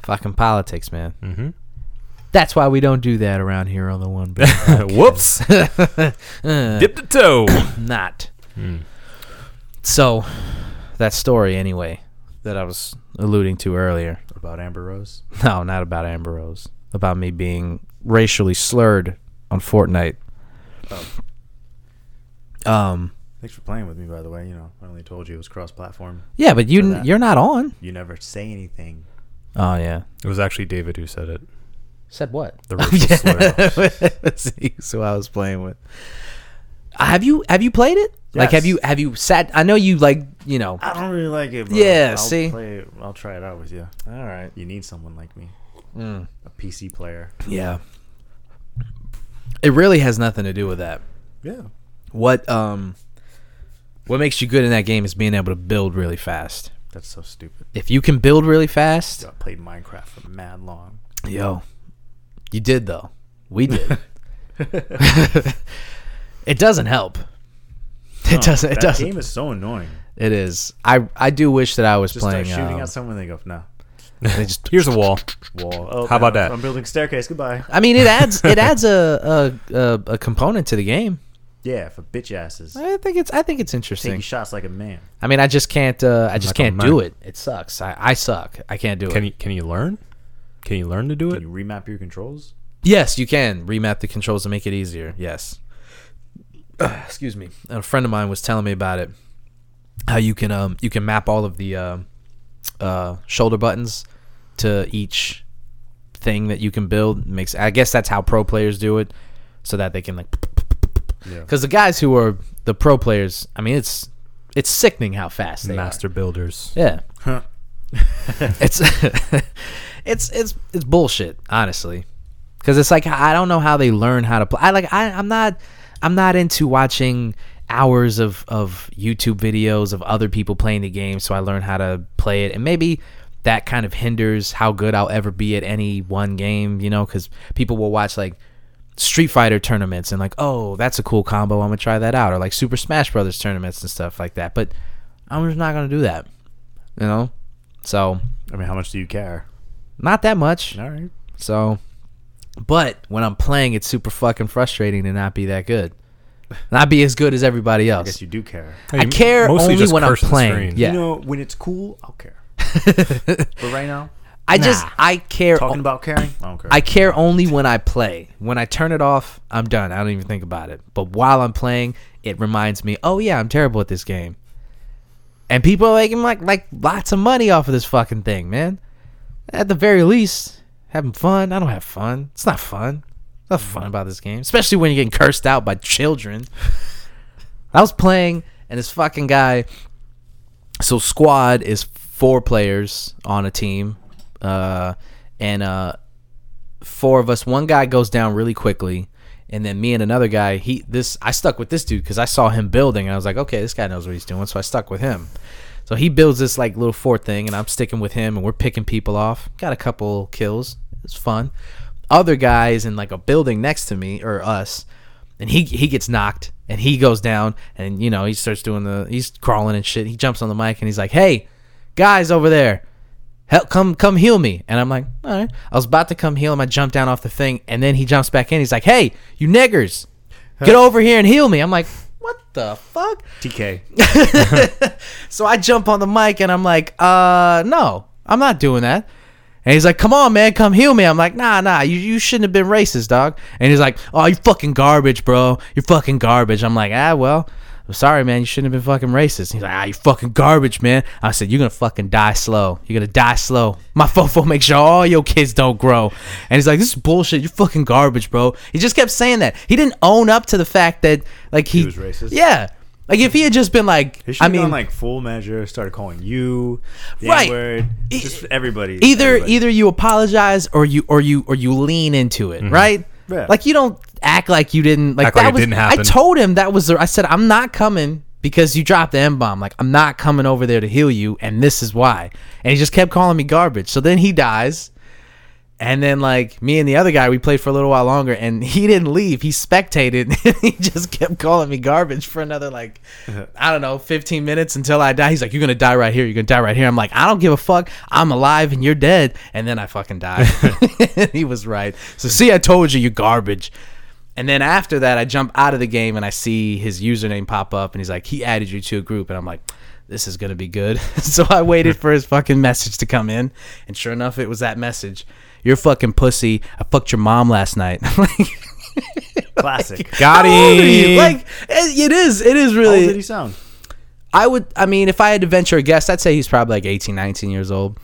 Speaker 1: Fucking politics, man.
Speaker 2: Mm-hmm.
Speaker 1: That's why we don't do that around here on the one.
Speaker 2: Whoops.
Speaker 1: But
Speaker 2: Dip the toe. Hmm.
Speaker 1: not. So, that story anyway that I was alluding to earlier.
Speaker 3: What about Amber Rose?
Speaker 1: No, not about Amber Rose. About me being racially slurred on Fortnite. Um.
Speaker 3: Thanks for playing with me, by the way. You know, I only told you it was cross-platform.
Speaker 1: Yeah, but you
Speaker 3: that.
Speaker 1: you're not on.
Speaker 3: You never say anything.
Speaker 1: Oh yeah.
Speaker 2: It was actually David who said it.
Speaker 1: Said what?
Speaker 2: The racial slur.
Speaker 1: so I was playing with. Uh, Have you have you played it? Like have
Speaker 3: Yes.
Speaker 1: you have you sat? I know you like you know.
Speaker 3: I don't really like it. But
Speaker 1: Yeah,
Speaker 3: I'll
Speaker 1: see?
Speaker 3: play it- I'll try it out with you.
Speaker 1: All right.
Speaker 3: You need someone like me, a PC player.
Speaker 1: Yeah. It really has nothing to do with that.
Speaker 3: Yeah,
Speaker 1: what um what makes you good in that game is being able to build really fast.
Speaker 3: that's so stupid.
Speaker 1: If you can build really fast,
Speaker 3: Dude, I played Minecraft for mad long.
Speaker 1: yo, you did though. We did. it doesn't help. It doesn't. It
Speaker 3: that
Speaker 1: doesn't.
Speaker 3: game is so annoying.
Speaker 1: It is. I I do wish that I was
Speaker 3: Just
Speaker 1: playing.
Speaker 3: start shooting
Speaker 1: um,
Speaker 3: at someone, they go, "No,
Speaker 1: they just-
Speaker 2: Here's a wall.
Speaker 3: wall." Oh,
Speaker 2: How about
Speaker 3: I'm-
Speaker 2: that?
Speaker 3: I'm building staircase. Goodbye.
Speaker 1: I mean, it adds it adds a, a a a component to the game.
Speaker 3: Yeah, for bitch asses.
Speaker 1: I think it's I think it's
Speaker 3: Taking
Speaker 1: interesting.
Speaker 3: shots like a man.
Speaker 1: I mean, I just can't uh, I just
Speaker 2: Like a
Speaker 1: can't do
Speaker 2: man.
Speaker 1: it. It sucks. I, I suck. I can't do it.
Speaker 2: Can you can you learn? Can you learn to do
Speaker 3: Can
Speaker 2: it?
Speaker 3: you remap your controls?
Speaker 1: Yes, you can remap the controls to make it easier. Yes. Excuse me. A friend of mine was telling me about it. How you can um you can map all of the uh, uh, shoulder buttons to each thing that you can build. Makes I guess that's how pro players do it, so that they can like
Speaker 3: Yeah.
Speaker 1: because the guys who are the pro players. I mean, it's it's sickening how fast they are.
Speaker 2: Master builders.
Speaker 1: Yeah. it's it's it's it's bullshit, honestly. Cuz it's like I don't know how they learn how to play. I like I I'm not I'm not into watching hours of of YouTube videos of other people playing the game so I learn how to play it. And maybe that kind of hinders how good I'll ever be at any one game, you know, cuz people will watch like Street Fighter tournaments and like, oh, that's a cool combo. I'm gonna try that out, or like Super Smash Brothers tournaments and stuff like that. But I'm just not gonna do that, you know. So
Speaker 3: I mean, how much do you care?
Speaker 1: not that much.
Speaker 3: All right.
Speaker 1: So, but when I'm playing, it's super fucking frustrating to not be that good, not be as good as everybody
Speaker 3: I guess
Speaker 1: else.
Speaker 3: you do care.
Speaker 1: I care only when I'm
Speaker 2: curse the
Speaker 1: playing.
Speaker 2: screen.
Speaker 1: Yeah.
Speaker 3: You know, when it's cool, I'll care. but right now,
Speaker 1: I just
Speaker 3: Nah.
Speaker 1: I care.
Speaker 3: talking about caring, I don't care.
Speaker 1: Oh. I care only when I play. When I turn it off, I'm done. I don't even think about it. But while I'm playing, it reminds me, oh yeah, I'm terrible at this game. And people are making like like lots of money off of this fucking thing, man. At the very least, having fun. I don't have fun. It's not fun. Nothing fun about this game, especially when you're getting cursed out by children. I was playing, and this fucking guy. So squad is four players on a team, uh, and uh, four of us. One guy goes down really quickly, and then me and another guy. He this I stuck with this dude because I saw him building, and I was like, okay, this guy knows what he's doing, so I stuck with him. So he builds this like little fort thing, and I'm sticking with him, and we're picking people off. Got a couple kills. It's fun. Other guys in like a building next to me or us, and he he gets knocked, and he goes down, and you know he starts doing the he's crawling and shit. He jumps on the mic and he's like, hey, guys over there, help come come heal me and i'm like all right i was about to come heal him i jumped down off the thing and then he jumps back in he's like hey you niggers get over here and heal me i'm like what the fuck
Speaker 3: TK.
Speaker 1: so i jump on the mic and i'm like uh no i'm not doing that and he's like come on man come heal me i'm like nah nah you, you shouldn't have been racist dog and he's like oh you fucking garbage bro you're fucking garbage i'm like ah well I'm sorry, man. You shouldn't have been fucking racist. He's like, ah, you fucking garbage, man. I said, you're gonna fucking die slow. You're gonna die slow. My fofo makes sure all your kids don't grow. And he's like, this is bullshit. You're fucking garbage, bro. He just kept saying that. He didn't own up to the fact that, like, he,
Speaker 3: was racist?
Speaker 1: Yeah. Like if he had just been like,
Speaker 3: They should
Speaker 1: I
Speaker 3: have gone
Speaker 1: mean,
Speaker 3: like full measure, started calling you, the
Speaker 1: Right.
Speaker 3: N-word,
Speaker 1: E-
Speaker 3: just everybody.
Speaker 1: either
Speaker 3: everybody.
Speaker 1: either you apologize or you or you or you lean into it, right?
Speaker 3: Yeah.
Speaker 1: Like you don't act like you didn't like
Speaker 2: Act
Speaker 1: that
Speaker 2: like oh, it
Speaker 1: was,
Speaker 2: didn't
Speaker 1: I
Speaker 2: happen.
Speaker 1: told him that was the I said I'm not coming because you dropped the M bomb. Like I'm not coming over there to heal you, and this is why. And he just kept calling me garbage. So then he dies. And then like me and the other guy, we played for a little while longer, and he didn't leave. He spectated. he just kept calling me garbage for another like I don't know, fifteen minutes until I die. He's like, "You're gonna die right here. You're gonna die right here." I'm like, "I don't give a fuck. I'm alive and you're dead." And then I fucking died. he was right. So see, I told you, you garbage. And then after that, I jump out of the game and I see his username pop up, and he's like, "He added you to a group," and I'm like. This is gonna be good. so I waited for his fucking message to come in, and sure enough, it was that message you're a fucking pussy. I fucked your mom last night. like,
Speaker 3: classic.
Speaker 2: Got
Speaker 1: how old are
Speaker 2: him.
Speaker 1: you? Like, it it is. It is
Speaker 3: How old did he
Speaker 1: really.
Speaker 3: sound?
Speaker 1: I would. I mean, if I had to venture a guess, I'd say he's probably like 18, 19 years old.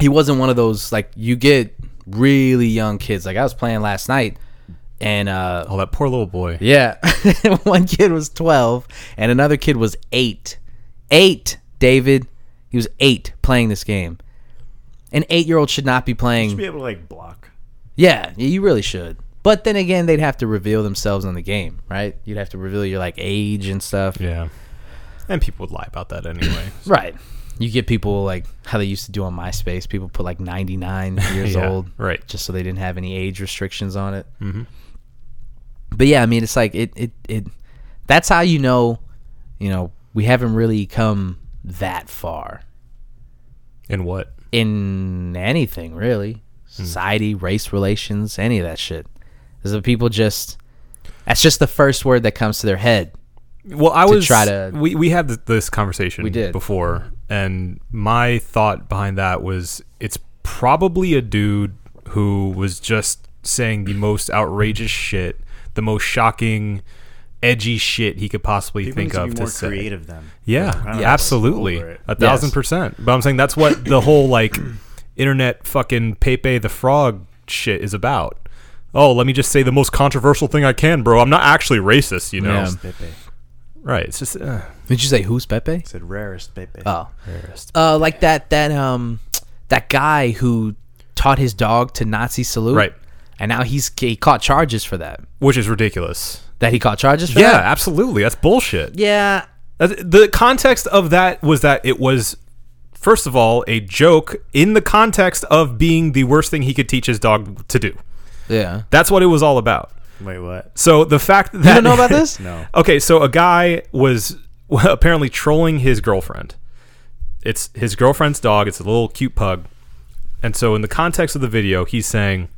Speaker 1: He wasn't one of those like you get really young kids. Like I was playing last night, and uh,
Speaker 2: oh, that poor little boy.
Speaker 1: yeah. One kid was 12 and another kid was 8. 8, David. He was 8 playing this game. An 8-year-old should not be playing
Speaker 3: Should be able to like block.
Speaker 1: yeah, y- you really should. But then again, they'd have to reveal themselves in the game, right? You'd have to reveal your like age and stuff.
Speaker 2: Yeah. And people would lie about that anyway.
Speaker 1: Right. You get people like how they used to do on MySpace. People put like 99 years
Speaker 2: Yeah,
Speaker 1: old,
Speaker 2: right.
Speaker 1: Just so they didn't have any age restrictions on it. Mm-hmm. But yeah, I mean, it's like it, it, it. That's how you know, you know, we haven't really come that far
Speaker 2: and what?
Speaker 1: in anything really, society, race relations, any of that shit. Is that people just? That's just the first word that comes to their head.
Speaker 2: Well, I
Speaker 1: to
Speaker 2: was
Speaker 1: try to-
Speaker 2: We we had th- this conversation
Speaker 1: We did.
Speaker 2: before, and my thought behind that was it's probably a dude who was just saying the most outrageous shit, the most shocking, edgy shit he could possibly
Speaker 3: People
Speaker 2: think
Speaker 3: need to
Speaker 2: of
Speaker 3: be
Speaker 2: to
Speaker 3: more
Speaker 2: say.
Speaker 3: creative then.
Speaker 2: Yeah,
Speaker 3: don't know,
Speaker 2: yeah, absolutely,
Speaker 3: over it.
Speaker 2: a thousand
Speaker 1: Yes.
Speaker 2: percent. But I'm saying that's what the whole like internet fucking Pepe the Frog shit is about. Oh, let me just say the most controversial thing I can, bro. I'm not actually racist, you know.
Speaker 1: Yeah.
Speaker 3: Pepe
Speaker 2: Right? It's just uh,
Speaker 1: Did you say who's Pepe?
Speaker 3: said rarest Pepe.
Speaker 1: Oh, uh, like that that um that guy who taught his dog to Nazi salute,
Speaker 2: Right.
Speaker 1: And now he's he caught charges for that.
Speaker 2: which is ridiculous.
Speaker 1: That he caught charges for
Speaker 2: Yeah,
Speaker 1: that.
Speaker 2: absolutely. That's bullshit.
Speaker 1: Yeah.
Speaker 2: That's- The context of that was that it was, first of all, a joke in the context of being the worst thing he could teach his dog to do.
Speaker 1: Yeah.
Speaker 2: That's what it was all about.
Speaker 3: Wait, what?
Speaker 2: So the fact that
Speaker 1: You don't know about this?
Speaker 3: No.
Speaker 2: Okay, so a guy was apparently trolling his girlfriend. It's his girlfriend's dog. It's a little cute pug. And so, in the context of the video, he's saying,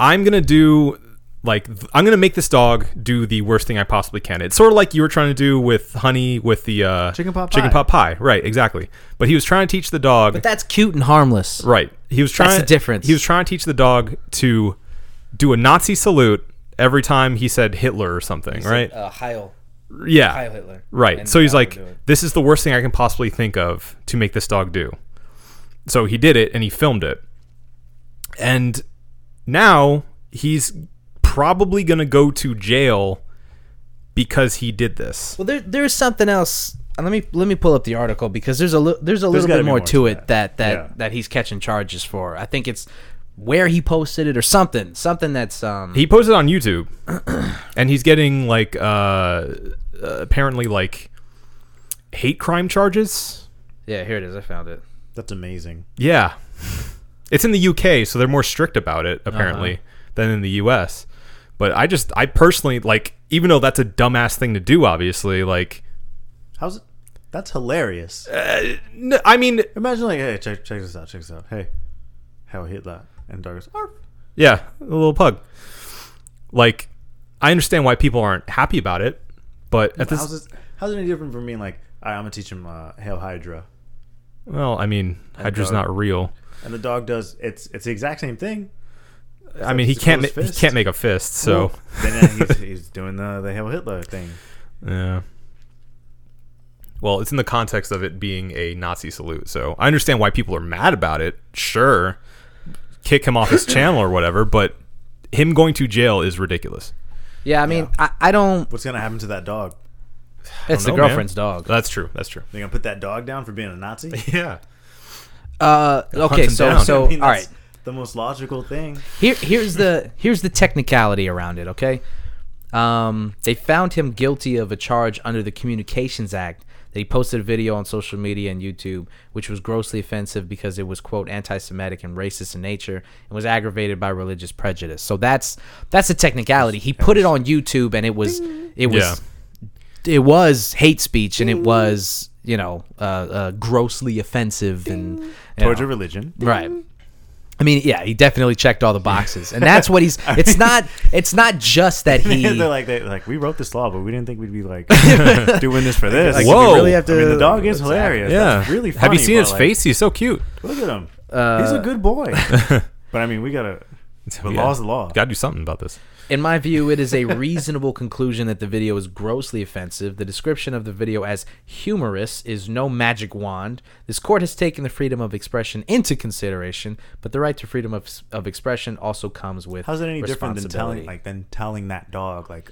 Speaker 2: I'm going to do, like, th- I'm going to make this dog do the worst thing I possibly can. It's sort of like you were trying to do with Honey with the uh,
Speaker 3: Chicken pot
Speaker 2: chicken
Speaker 3: pie.
Speaker 2: pot pie. Right, exactly. But he was trying to teach the dog.
Speaker 1: But that's cute and harmless.
Speaker 2: Right. He was trying.
Speaker 1: the difference.
Speaker 2: He was trying to teach the dog to do a Nazi salute every time he said Hitler or something. Right.
Speaker 1: Uh, Heil,
Speaker 2: yeah.
Speaker 1: Heil Hitler.
Speaker 2: Right.
Speaker 1: And
Speaker 2: So he's
Speaker 1: that
Speaker 2: like,
Speaker 1: would do it.
Speaker 2: "This is the worst thing I can possibly think of to make this dog do." So he did it, and he filmed it, and now he's probably gonna go to jail because he did this.
Speaker 1: Well, there, there's something else. Uh, Let me let me pull up the article because there's a li- there's a little
Speaker 3: gotta
Speaker 1: bit
Speaker 3: be
Speaker 1: more
Speaker 3: more
Speaker 1: to
Speaker 3: to
Speaker 1: it that that
Speaker 3: Yeah.
Speaker 1: that he's catching charges for. I think it's where he posted it or something. Something that's um.
Speaker 2: He posted on YouTube, and he's getting like uh, uh, apparently like hate crime charges.
Speaker 1: yeah, here it is. I found it.
Speaker 3: That's amazing.
Speaker 2: Yeah. It's in the UK, so they're more strict about it
Speaker 3: Uh-huh.
Speaker 2: apparently than in the US. But I just I personally like even though that's a dumbass thing to do obviously, like uh,
Speaker 3: How's it? That's hilarious.
Speaker 2: n- I mean,
Speaker 3: Imagine like, hey, check, check this out, check this out. Hey, how Hitler and dog goes, "Arf."
Speaker 2: yeah, a little pug. Like I understand why people aren't happy about it, but at
Speaker 3: How's
Speaker 2: this
Speaker 3: this? How's it any different from being like, all right, I'm gonna teach him uh, Hail Hydra,
Speaker 2: well, I mean, Hydra's
Speaker 3: dog.
Speaker 2: not real.
Speaker 3: and the dog does. It's it's the exact same thing.
Speaker 2: I mean, he
Speaker 3: it's a
Speaker 2: can't ma-
Speaker 3: closed
Speaker 2: he
Speaker 3: fist.
Speaker 2: can't make a fist, so
Speaker 3: then uh, he's, he's doing the the Hail Hitler thing.
Speaker 2: yeah. Well, it's in the context of it being a Nazi salute, so I understand why people are mad about it. Sure, kick him off his channel or whatever, but him going to jail is ridiculous.
Speaker 1: Yeah, I mean, I, I don't.
Speaker 3: What's gonna happen to that dog?
Speaker 1: It's
Speaker 2: know,
Speaker 1: the
Speaker 2: man.
Speaker 1: girlfriend's dog.
Speaker 2: That's true. That's true.
Speaker 3: They're gonna put that dog down for being a Nazi?
Speaker 2: Yeah.
Speaker 1: Uh, okay,
Speaker 2: him
Speaker 1: so
Speaker 2: down.
Speaker 1: so
Speaker 3: I mean,
Speaker 1: all
Speaker 3: that's
Speaker 1: right.
Speaker 3: The most logical thing.
Speaker 1: Here here's the here's the technicality around it. Okay, um, they found him guilty of a charge under the Communications Act. That he posted a video on social media and YouTube, which was grossly offensive because it was quote anti-Semitic and racist in nature, and was aggravated by religious prejudice. So that's that's a technicality. He put it on YouTube, and it was it was
Speaker 2: Yeah.
Speaker 1: it was hate speech, and it was you know uh, uh, grossly offensive and you
Speaker 3: Towards
Speaker 1: know.
Speaker 3: a religion.
Speaker 1: Right. I mean, yeah, he definitely checked all the boxes, and that's what he's. It's not. It's not just that he.
Speaker 3: they're like they like we wrote this law, but we didn't think we'd be like doing this for this. Like,
Speaker 2: Whoa.
Speaker 3: we really have to, I mean, the dog is hilarious.
Speaker 2: Yeah.
Speaker 3: That's really. Funny,
Speaker 2: Have you seen
Speaker 3: but,
Speaker 2: his
Speaker 3: like,
Speaker 2: face? Uh, He's so cute.
Speaker 3: Look at him. He's a good boy. but I mean, we gotta. The
Speaker 2: Yeah.
Speaker 3: law's the law.
Speaker 2: Got to do something about this.
Speaker 1: In my view, it is a reasonable conclusion that the video is grossly offensive. The description of the video as humorous is no magic wand. This court has taken the freedom of expression into consideration, but the right to freedom of, of expression also comes with
Speaker 3: How's it any different than telling
Speaker 1: responsibility.
Speaker 3: like than telling that dog like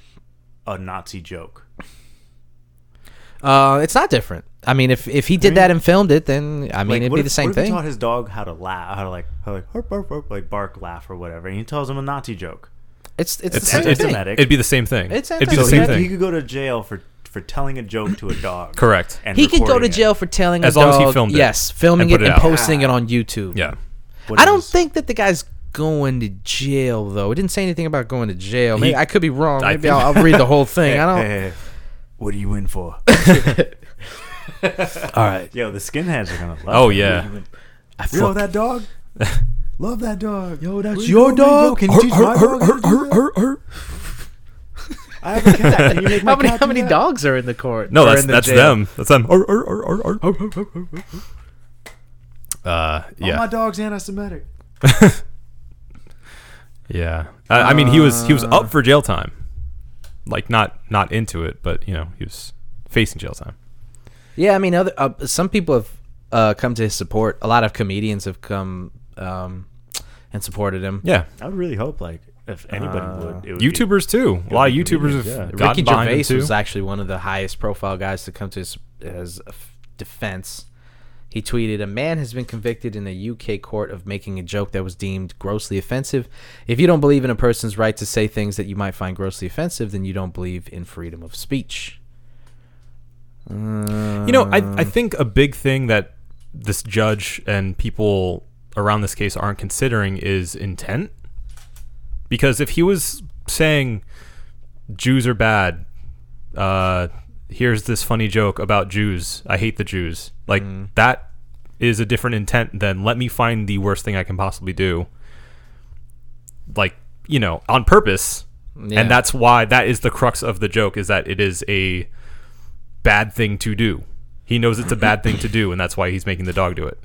Speaker 3: a Nazi joke?
Speaker 1: Uh, it's not different. I mean, if if he did that and filmed it, then I mean,
Speaker 3: Like,
Speaker 1: it'd
Speaker 3: what
Speaker 1: be
Speaker 3: if-
Speaker 1: the same
Speaker 3: what if he
Speaker 1: thing.
Speaker 3: taught his dog how to laugh, how to like, how to like, harp, harp, harp, like bark, laugh, or whatever, and he tells him a Nazi joke.
Speaker 1: It's it's, the
Speaker 2: It's,
Speaker 1: same
Speaker 2: it's,
Speaker 1: thing.
Speaker 3: anti-Semitic.
Speaker 2: it'd be the same thing.
Speaker 1: It's
Speaker 2: it'd be
Speaker 1: anti-
Speaker 2: the
Speaker 1: So
Speaker 2: same
Speaker 1: he-
Speaker 3: He
Speaker 2: thing.
Speaker 3: could go to jail for for telling a joke to a dog.
Speaker 2: Correct.
Speaker 3: and
Speaker 1: He could go to
Speaker 3: recording it.
Speaker 1: jail for telling
Speaker 2: As
Speaker 1: a
Speaker 2: long as
Speaker 1: dog,
Speaker 2: he filmed it
Speaker 1: Yes, filming
Speaker 2: and put
Speaker 1: it
Speaker 2: it
Speaker 1: and
Speaker 2: out.
Speaker 1: posting it on YouTube.
Speaker 2: Yeah.
Speaker 3: What
Speaker 1: I don't
Speaker 3: is-
Speaker 1: think that the guy's going to jail though. It didn't say anything about going to jail. Maybe, I could be wrong.
Speaker 2: I
Speaker 1: Maybe
Speaker 2: think-
Speaker 1: I'll, I'll read the whole thing. I don't.
Speaker 3: Hey, hey, hey. What are you in
Speaker 1: All
Speaker 3: for?
Speaker 1: right.
Speaker 3: Yo, the skinheads are gonna love.
Speaker 2: Oh
Speaker 3: it.
Speaker 2: yeah.
Speaker 1: I
Speaker 3: Yo,
Speaker 1: fuck-
Speaker 3: that dog. love that dog. Yo, that's
Speaker 4: Your dog?
Speaker 3: Can you teach my dog? to do that? I have a cat. Can you make my
Speaker 1: how many
Speaker 3: cat
Speaker 1: how
Speaker 3: do
Speaker 1: many
Speaker 3: that?
Speaker 1: dogs are in the court?
Speaker 2: No,
Speaker 1: or
Speaker 2: that's
Speaker 1: in the
Speaker 2: that's
Speaker 1: jail? Oh.
Speaker 2: them. That's them. Arr, arr, arr, arr, arr. Uh,
Speaker 3: All
Speaker 2: yeah.
Speaker 3: my dog's anti-Semitic.
Speaker 2: Yeah, I, I mean, he was he was up for jail time, like not not into it, but you know he was facing jail time.
Speaker 1: Yeah, I mean, other uh, some people have uh, come to his support. A lot of comedians have come um, and supported him.
Speaker 2: Yeah,
Speaker 3: I would really hope like if anybody would, it would be-
Speaker 2: YouTubers too. A lot of YouTubers
Speaker 3: comedians,
Speaker 2: have
Speaker 3: yeah.
Speaker 2: gotten
Speaker 1: Ricky
Speaker 2: behind him
Speaker 1: Gervais
Speaker 2: too.
Speaker 1: was uh, actually one of the highest profile guys to come to his, his defense. He tweeted, "A man has been convicted in a UK court of making a joke that was deemed grossly offensive. If you don't believe in a person's right to say things that you might find grossly offensive, then you don't believe in freedom of speech."
Speaker 2: You know, I I think a big thing that this judge and people around this case aren't considering is intent, because if he was saying Jews are bad. Uh, here's this funny joke about Jews. I hate the Jews. Like
Speaker 1: Mm.
Speaker 2: that is a different intent than let me find the worst thing I can possibly do. Like you know, on purpose.
Speaker 1: Yeah.
Speaker 2: And that's why that is the crux of the joke is that it is a bad thing to do. He knows it's a bad thing to do, and that's why he's making the dog do it.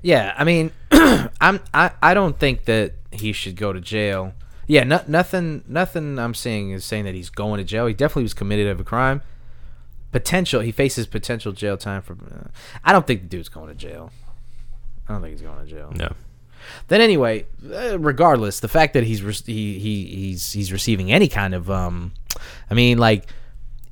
Speaker 1: Yeah, I mean, I'm I, I don't think that he should go to jail. Yeah, no, nothing nothing I'm seeing is saying that he's going to jail. He definitely was committed of a crime. Potential he faces potential jail time for. Uh, I don't think the dude's going to jail. I don't think he's going to jail.
Speaker 2: No.
Speaker 1: Then anyway, uh, regardless, the fact that he's re- he, he he's he's receiving any kind of um, I mean, like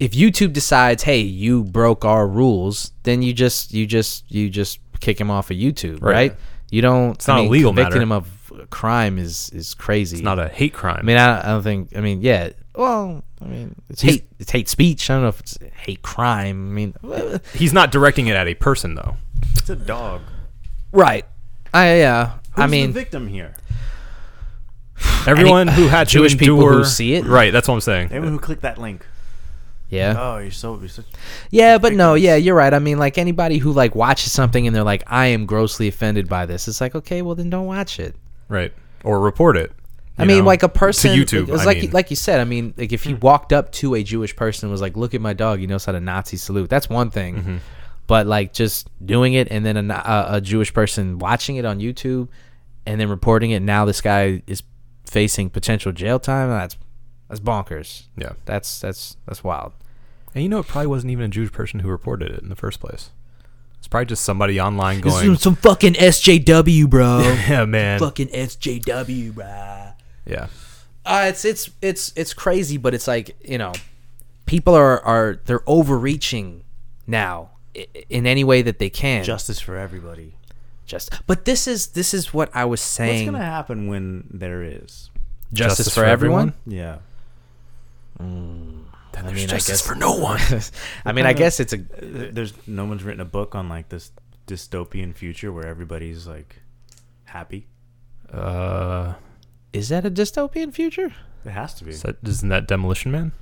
Speaker 1: if YouTube decides, hey, you broke our rules, then you just you just you just kick him off of YouTube, right? You don't. It's
Speaker 2: not a legal
Speaker 1: Convicting
Speaker 2: matter.
Speaker 1: him of crime is is crazy.
Speaker 2: It's not a hate crime.
Speaker 1: I mean, I, I don't think. I mean, yeah. Well, I mean, it's hate. It's hate speech. I don't know if it's hate crime. I mean, uh,
Speaker 2: he's not directing it at a person though.
Speaker 3: It's a dog.
Speaker 1: right? I yeah. I
Speaker 3: Who's
Speaker 1: mean,
Speaker 3: the victim here.
Speaker 2: Everyone who had
Speaker 1: Jewish
Speaker 2: to
Speaker 1: people
Speaker 2: endure,
Speaker 1: who see it?
Speaker 2: right? That's what I'm saying.
Speaker 3: Anyone who clicked that link.
Speaker 1: yeah.
Speaker 3: Oh, you're so. You're such,
Speaker 1: Yeah, but no, yeah, you're right. I mean, like anybody who like watches something and they're like, I am grossly offended by this. It's like, okay, well then don't watch it.
Speaker 2: Right, or report it.
Speaker 1: I
Speaker 2: you
Speaker 1: mean,
Speaker 2: know,
Speaker 1: like a person
Speaker 2: to YouTube.
Speaker 1: It's
Speaker 2: I
Speaker 1: like
Speaker 2: mean. Hmm.
Speaker 1: like you said. I mean, like if you walked up to a Jewish person and was like, "Look at my dog," you know, it's not a Nazi salute. That's one thing.
Speaker 2: Mm-hmm.
Speaker 1: But like just doing it and then a, Na- a, a Jewish person watching it on YouTube and then reporting it. Now this guy is facing potential jail time. That's that's bonkers.
Speaker 2: yeah,
Speaker 1: That's that's that's wild.
Speaker 2: and you know, it probably wasn't even a Jewish person who reported it in the first place. It's probably just somebody online going,
Speaker 1: some fucking SJW, bro.
Speaker 2: "Yeah, man,
Speaker 1: fucking SJW, bruh.
Speaker 2: yeah."
Speaker 1: Uh, it's it's it's it's crazy, but it's like you know, people are are they're overreaching now i- in any way that they can.
Speaker 3: justice for everybody.
Speaker 1: just, but this is this is what I was
Speaker 3: What's
Speaker 1: saying.
Speaker 3: gonna happen when there is?
Speaker 1: justice, for, everyone.
Speaker 3: Yeah.
Speaker 2: Then
Speaker 1: Mm, I
Speaker 2: there's
Speaker 1: mean, I
Speaker 2: justice
Speaker 1: guess-
Speaker 2: for no one.
Speaker 1: I mean, I guess it's a
Speaker 3: There's no one's written a book on like this dystopian future where everybody's like happy.
Speaker 2: uh,
Speaker 1: is that a dystopian future?
Speaker 3: It has to be.
Speaker 2: is that, isn't that Demolition Man?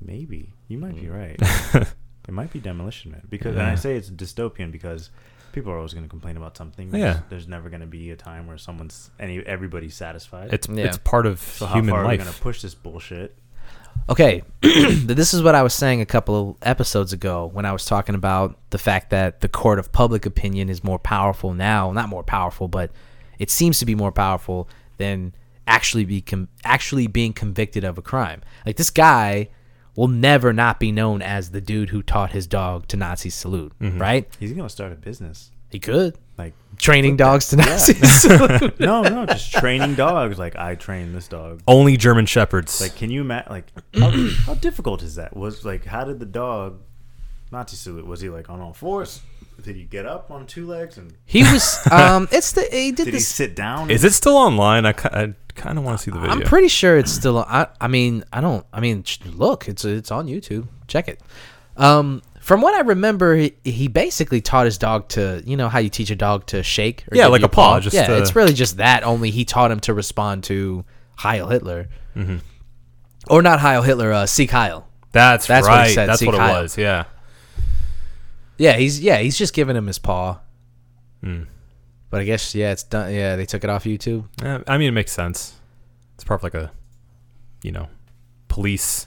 Speaker 3: Maybe you might be right. it might be demolition man because and I
Speaker 2: Yeah.
Speaker 3: say it's dystopian because people are always going to complain about something.
Speaker 2: Yeah.
Speaker 3: There's- There's never going to be a time where someone's any everybody's satisfied.
Speaker 2: It's
Speaker 1: Yeah.
Speaker 2: it's part of
Speaker 3: so how
Speaker 2: human
Speaker 3: far are we
Speaker 2: life.
Speaker 3: going to push this bullshit?
Speaker 1: Okay, but this is what I was saying a couple of episodes ago when I was talking about the fact that the court of public opinion is more powerful now. Not more powerful, but it seems to be more powerful than actually be com- actually being convicted of a crime. Like this guy will never not be known as the dude who taught his dog to Nazi salute,
Speaker 3: Mm-hmm.
Speaker 1: right?
Speaker 3: He's going to start a business
Speaker 1: He could
Speaker 3: like
Speaker 1: training dogs to Nazi salute.
Speaker 3: no, no, just training dogs. Like I train this dog.
Speaker 2: Only German shepherds.
Speaker 3: Like, can you imagine? Like, how, how difficult is that? Was like, how did the dog Nazi salute? Was he like on all fours? Did he get up on two legs and
Speaker 1: He was um it's the he did,
Speaker 3: did he
Speaker 1: this
Speaker 3: sit down?
Speaker 2: is it still online? I, ki- I kind of want to see the video.
Speaker 1: I'm pretty sure it's still. I, I mean, I don't. I mean, sh- look, it's it's on YouTube. Check it. Um, from what I remember, he, he basically taught his dog to, you know, how you teach a dog to shake. Or
Speaker 2: Yeah,
Speaker 1: give
Speaker 2: like
Speaker 1: you
Speaker 2: a paw, just,
Speaker 1: yeah,
Speaker 2: uh,
Speaker 1: it's really just that. Only he taught him to respond to Heil Hitler,
Speaker 2: Mm-hmm.
Speaker 1: or not Heil Hitler, uh, Sieg Heil.
Speaker 2: That's,
Speaker 1: That's what he
Speaker 2: right.
Speaker 1: said,
Speaker 2: That's
Speaker 1: see
Speaker 2: what it
Speaker 1: Kyle.
Speaker 2: was. Yeah.
Speaker 1: Yeah, he's yeah, he's just giving him his paw.
Speaker 2: Mm.
Speaker 1: But I guess yeah, it's done. Yeah, they took it off YouTube.
Speaker 2: Yeah, I mean, it makes sense. It's part of like a, you know, police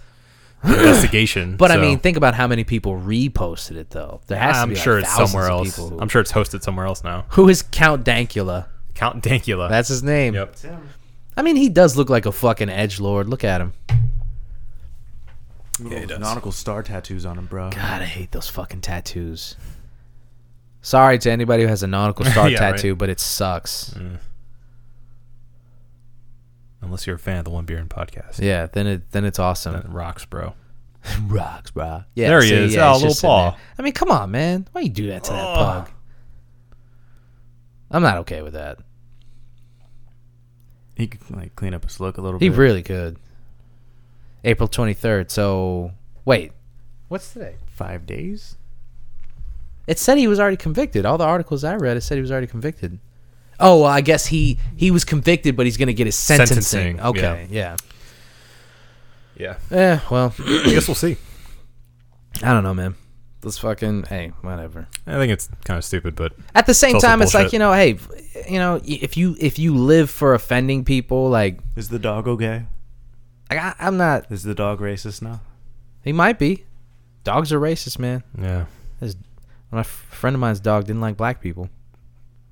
Speaker 2: investigation.
Speaker 1: But I
Speaker 2: so-
Speaker 1: mean, think about how many people reposted it though. There has to
Speaker 2: I'm
Speaker 1: be like,
Speaker 2: sure it's
Speaker 1: thousands
Speaker 2: somewhere
Speaker 1: of
Speaker 2: else.
Speaker 1: people who-
Speaker 2: I'm sure it's hosted somewhere else now.
Speaker 1: Who is Count Dankula?
Speaker 2: Count Dankula.
Speaker 1: That's his name.
Speaker 2: yep.
Speaker 3: Tim,
Speaker 1: I mean, he does look like a fucking edge lord. Look at him.
Speaker 3: little
Speaker 2: does.
Speaker 3: nautical star tattoos on him, bro.
Speaker 1: God, I hate those fucking tattoos. Sorry to anybody who has a nautical star
Speaker 2: Yeah, right.
Speaker 1: tattoo, but it sucks.
Speaker 2: Unless you're a fan of the One Beer and Podcast,
Speaker 1: Yeah, then it then it's
Speaker 2: That
Speaker 1: awesome.
Speaker 2: rocks, bro.
Speaker 1: Rocks, bro. Yeah,
Speaker 2: There he
Speaker 1: see,
Speaker 2: is.
Speaker 1: yeah,
Speaker 2: Oh,
Speaker 1: it's
Speaker 2: little
Speaker 1: just sitting
Speaker 2: paw.
Speaker 1: there. I mean, come on, man. Why you do that to that pug? I'm not okay with that.
Speaker 3: He could like clean up his look a little
Speaker 1: He
Speaker 3: bit.
Speaker 1: really could. April 23rd. So wait, what's today?
Speaker 3: Five days.
Speaker 1: It said he was already convicted. All the articles I read, it said he was already convicted. Oh, well, I guess he he was convicted, but he's gonna get his sentencing.
Speaker 2: Sentencing,
Speaker 1: Okay, yeah.
Speaker 2: Yeah.
Speaker 1: Yeah, well,
Speaker 2: I guess we'll see.
Speaker 1: I don't know, man. Let's fucking hey, whatever.
Speaker 2: I think it's kind of stupid, but
Speaker 1: At the same
Speaker 2: It's also
Speaker 1: time, it's like
Speaker 2: bullshit.
Speaker 1: you know, hey, you know, y- if you if you live for offending people, like,
Speaker 3: Is the dog okay?
Speaker 1: like I, I'm not.
Speaker 3: Is the dog racist now?
Speaker 1: He might be. Dogs are racist, man.
Speaker 2: yeah.
Speaker 1: My f- friend of mine's dog didn't like black people.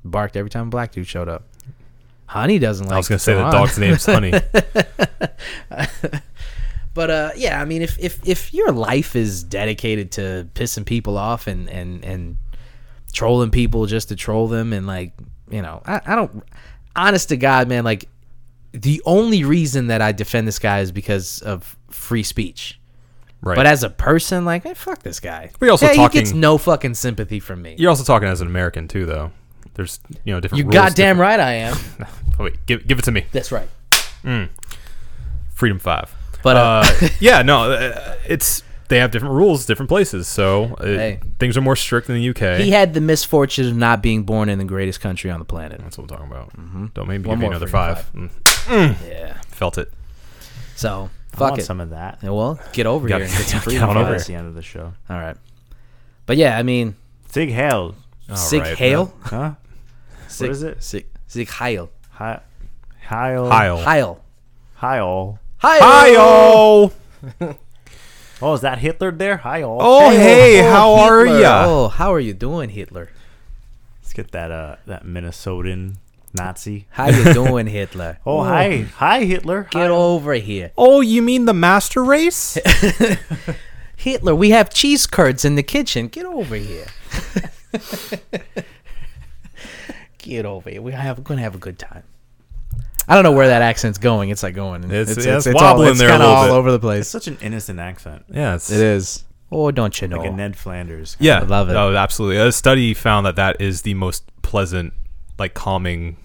Speaker 1: Barked every time a black dude showed up. Honey doesn't like.
Speaker 2: I was gonna say the
Speaker 1: Quran.
Speaker 2: dog's name's Honey.
Speaker 1: But uh, yeah, I mean, if if if your life is dedicated to pissing people off and and and trolling people just to troll them and like you know, I, I don't. Honest to God, man, like the only reason that I defend this guy is because of free speech.
Speaker 2: Right.
Speaker 1: But as a person, like, hey, fuck this guy.
Speaker 2: We're also
Speaker 1: yeah,
Speaker 2: talking-
Speaker 1: he gets no fucking sympathy from me.
Speaker 2: You're also talking as an American too, though. There's you know different.
Speaker 1: You're
Speaker 2: rules,
Speaker 1: goddamn right, I am.
Speaker 2: different- Oh, wait, give give it to me.
Speaker 1: That's right.
Speaker 2: Freedom Five.
Speaker 1: But, uh,
Speaker 2: yeah, no, uh, it's they have different rules, different places, so it,
Speaker 1: Hey.
Speaker 2: things are more strict in the UK.
Speaker 1: He had the misfortune of not being born in the greatest country on the planet.
Speaker 2: That's what I'm talking about. Don't make me
Speaker 1: One
Speaker 2: give you
Speaker 1: more
Speaker 2: another
Speaker 1: Freedom
Speaker 2: five. Mm,
Speaker 1: Yeah.
Speaker 2: felt it.
Speaker 1: So
Speaker 3: I
Speaker 1: fuck
Speaker 3: want
Speaker 1: it.
Speaker 3: some of that.
Speaker 1: Yeah, well, get over
Speaker 2: Gotta-
Speaker 1: here and get some
Speaker 2: get
Speaker 1: freedom.
Speaker 2: on
Speaker 1: from
Speaker 2: over
Speaker 1: us.
Speaker 3: That's the end of the show.
Speaker 1: All right. But yeah, I mean,
Speaker 3: Sig Hale,
Speaker 1: Sig
Speaker 2: right,
Speaker 1: Hail.
Speaker 3: huh?
Speaker 1: Sig,
Speaker 3: is it?
Speaker 1: Sig, Sig Heil.
Speaker 3: Hi, Heil.
Speaker 2: Heil.
Speaker 1: Heil.
Speaker 3: Heil.
Speaker 1: Heil.
Speaker 2: Oh. Heil.
Speaker 3: Oh, is that Hitler there? Heil.
Speaker 2: Oh hey, how are
Speaker 1: Hitler.
Speaker 2: ya?
Speaker 1: Oh, how are you doing, Hitler?
Speaker 3: Let's get that uh that Minnesotan Nazi.
Speaker 1: How you doing, Hitler?
Speaker 3: Oh, hi, hi Hitler. Hi.
Speaker 1: Get over here.
Speaker 2: Oh, you mean the master race?
Speaker 1: Hitler, we have cheese curds in the kitchen. Get over here. Get over here. We have, we're gonna have a good time. I don't know where that accent's going. It's like going.
Speaker 2: It's- yeah, it's wobbling there a
Speaker 1: kinda
Speaker 2: little
Speaker 1: all
Speaker 2: bit.
Speaker 1: over the
Speaker 3: It's
Speaker 1: place.
Speaker 3: such an innocent accent,
Speaker 2: yeah, it's,
Speaker 1: It is. Oh, don't you know?
Speaker 3: like a Ned Flanders.
Speaker 2: Yeah,
Speaker 1: I love it.
Speaker 2: Oh, absolutely. A study found that that is the most pleasant, like calming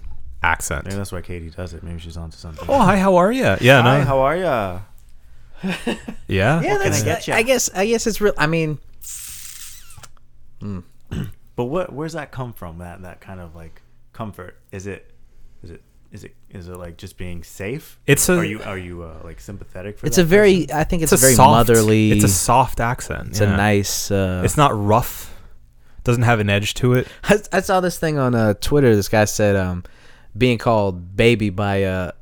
Speaker 2: accent.
Speaker 3: Maybe that's why Katie does it. Maybe she's onto something.
Speaker 2: Oh, hi, how are you? Yeah,
Speaker 3: hi,
Speaker 2: no,
Speaker 3: how are ya?
Speaker 2: yeah,
Speaker 1: Yeah,
Speaker 3: can
Speaker 1: that's,
Speaker 3: I get
Speaker 1: I,
Speaker 3: ya?
Speaker 1: I guess. I guess it's real. I mean,
Speaker 3: But what? Where's that come from? That that kind of like comfort? Is it? Is it? Is it? Is it like just being safe?
Speaker 2: It's a-
Speaker 3: Are you are you uh, like sympathetic for?
Speaker 1: it's
Speaker 3: that
Speaker 1: a very.
Speaker 3: person?
Speaker 1: I think it's,
Speaker 2: It's a
Speaker 1: a very
Speaker 2: soft,
Speaker 1: motherly.
Speaker 2: It's a soft accent.
Speaker 1: it's a nice. Uh,
Speaker 2: It's not rough. Doesn't have an edge to it.
Speaker 1: I, I saw this thing on uh, Twitter. This guy said, um, "Being called baby by a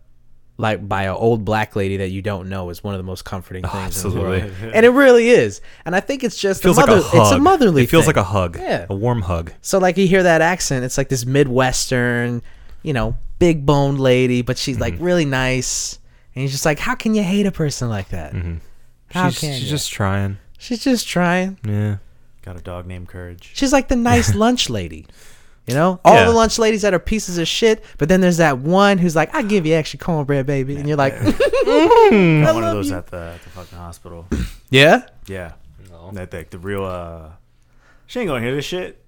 Speaker 1: like by an old black lady that you don't know is one of the most comforting things." in the world."
Speaker 2: Oh, Absolutely. It
Speaker 1: and it really is. And I think it's just
Speaker 2: feels
Speaker 1: a
Speaker 2: like
Speaker 1: mother.
Speaker 2: a hug.
Speaker 1: It's a motherly.
Speaker 2: It feels
Speaker 1: thing.
Speaker 2: like a hug.
Speaker 1: Yeah.
Speaker 2: A warm hug.
Speaker 1: So like you hear that accent, it's like this midwestern, you know, big boned lady, but she's like
Speaker 2: Mm-hmm.
Speaker 1: really nice, and you're just like, how can you hate a person like that? How
Speaker 2: Mm-hmm. she's
Speaker 1: can
Speaker 2: she's
Speaker 1: you?
Speaker 2: just trying.
Speaker 1: she's just trying.
Speaker 2: Yeah.
Speaker 3: got a dog named Courage.
Speaker 1: She's like the nice lunch lady. You know, all
Speaker 2: Yeah.
Speaker 1: the lunch ladies that are pieces of shit, but then there's that one who's like, "I give you extra cornbread, baby," and you're like,
Speaker 3: Got one of
Speaker 1: love
Speaker 3: those
Speaker 1: you.
Speaker 3: at the at the fucking hospital.
Speaker 1: "Yeah,
Speaker 3: Yeah. That like the real. uh She ain't gonna hear this shit.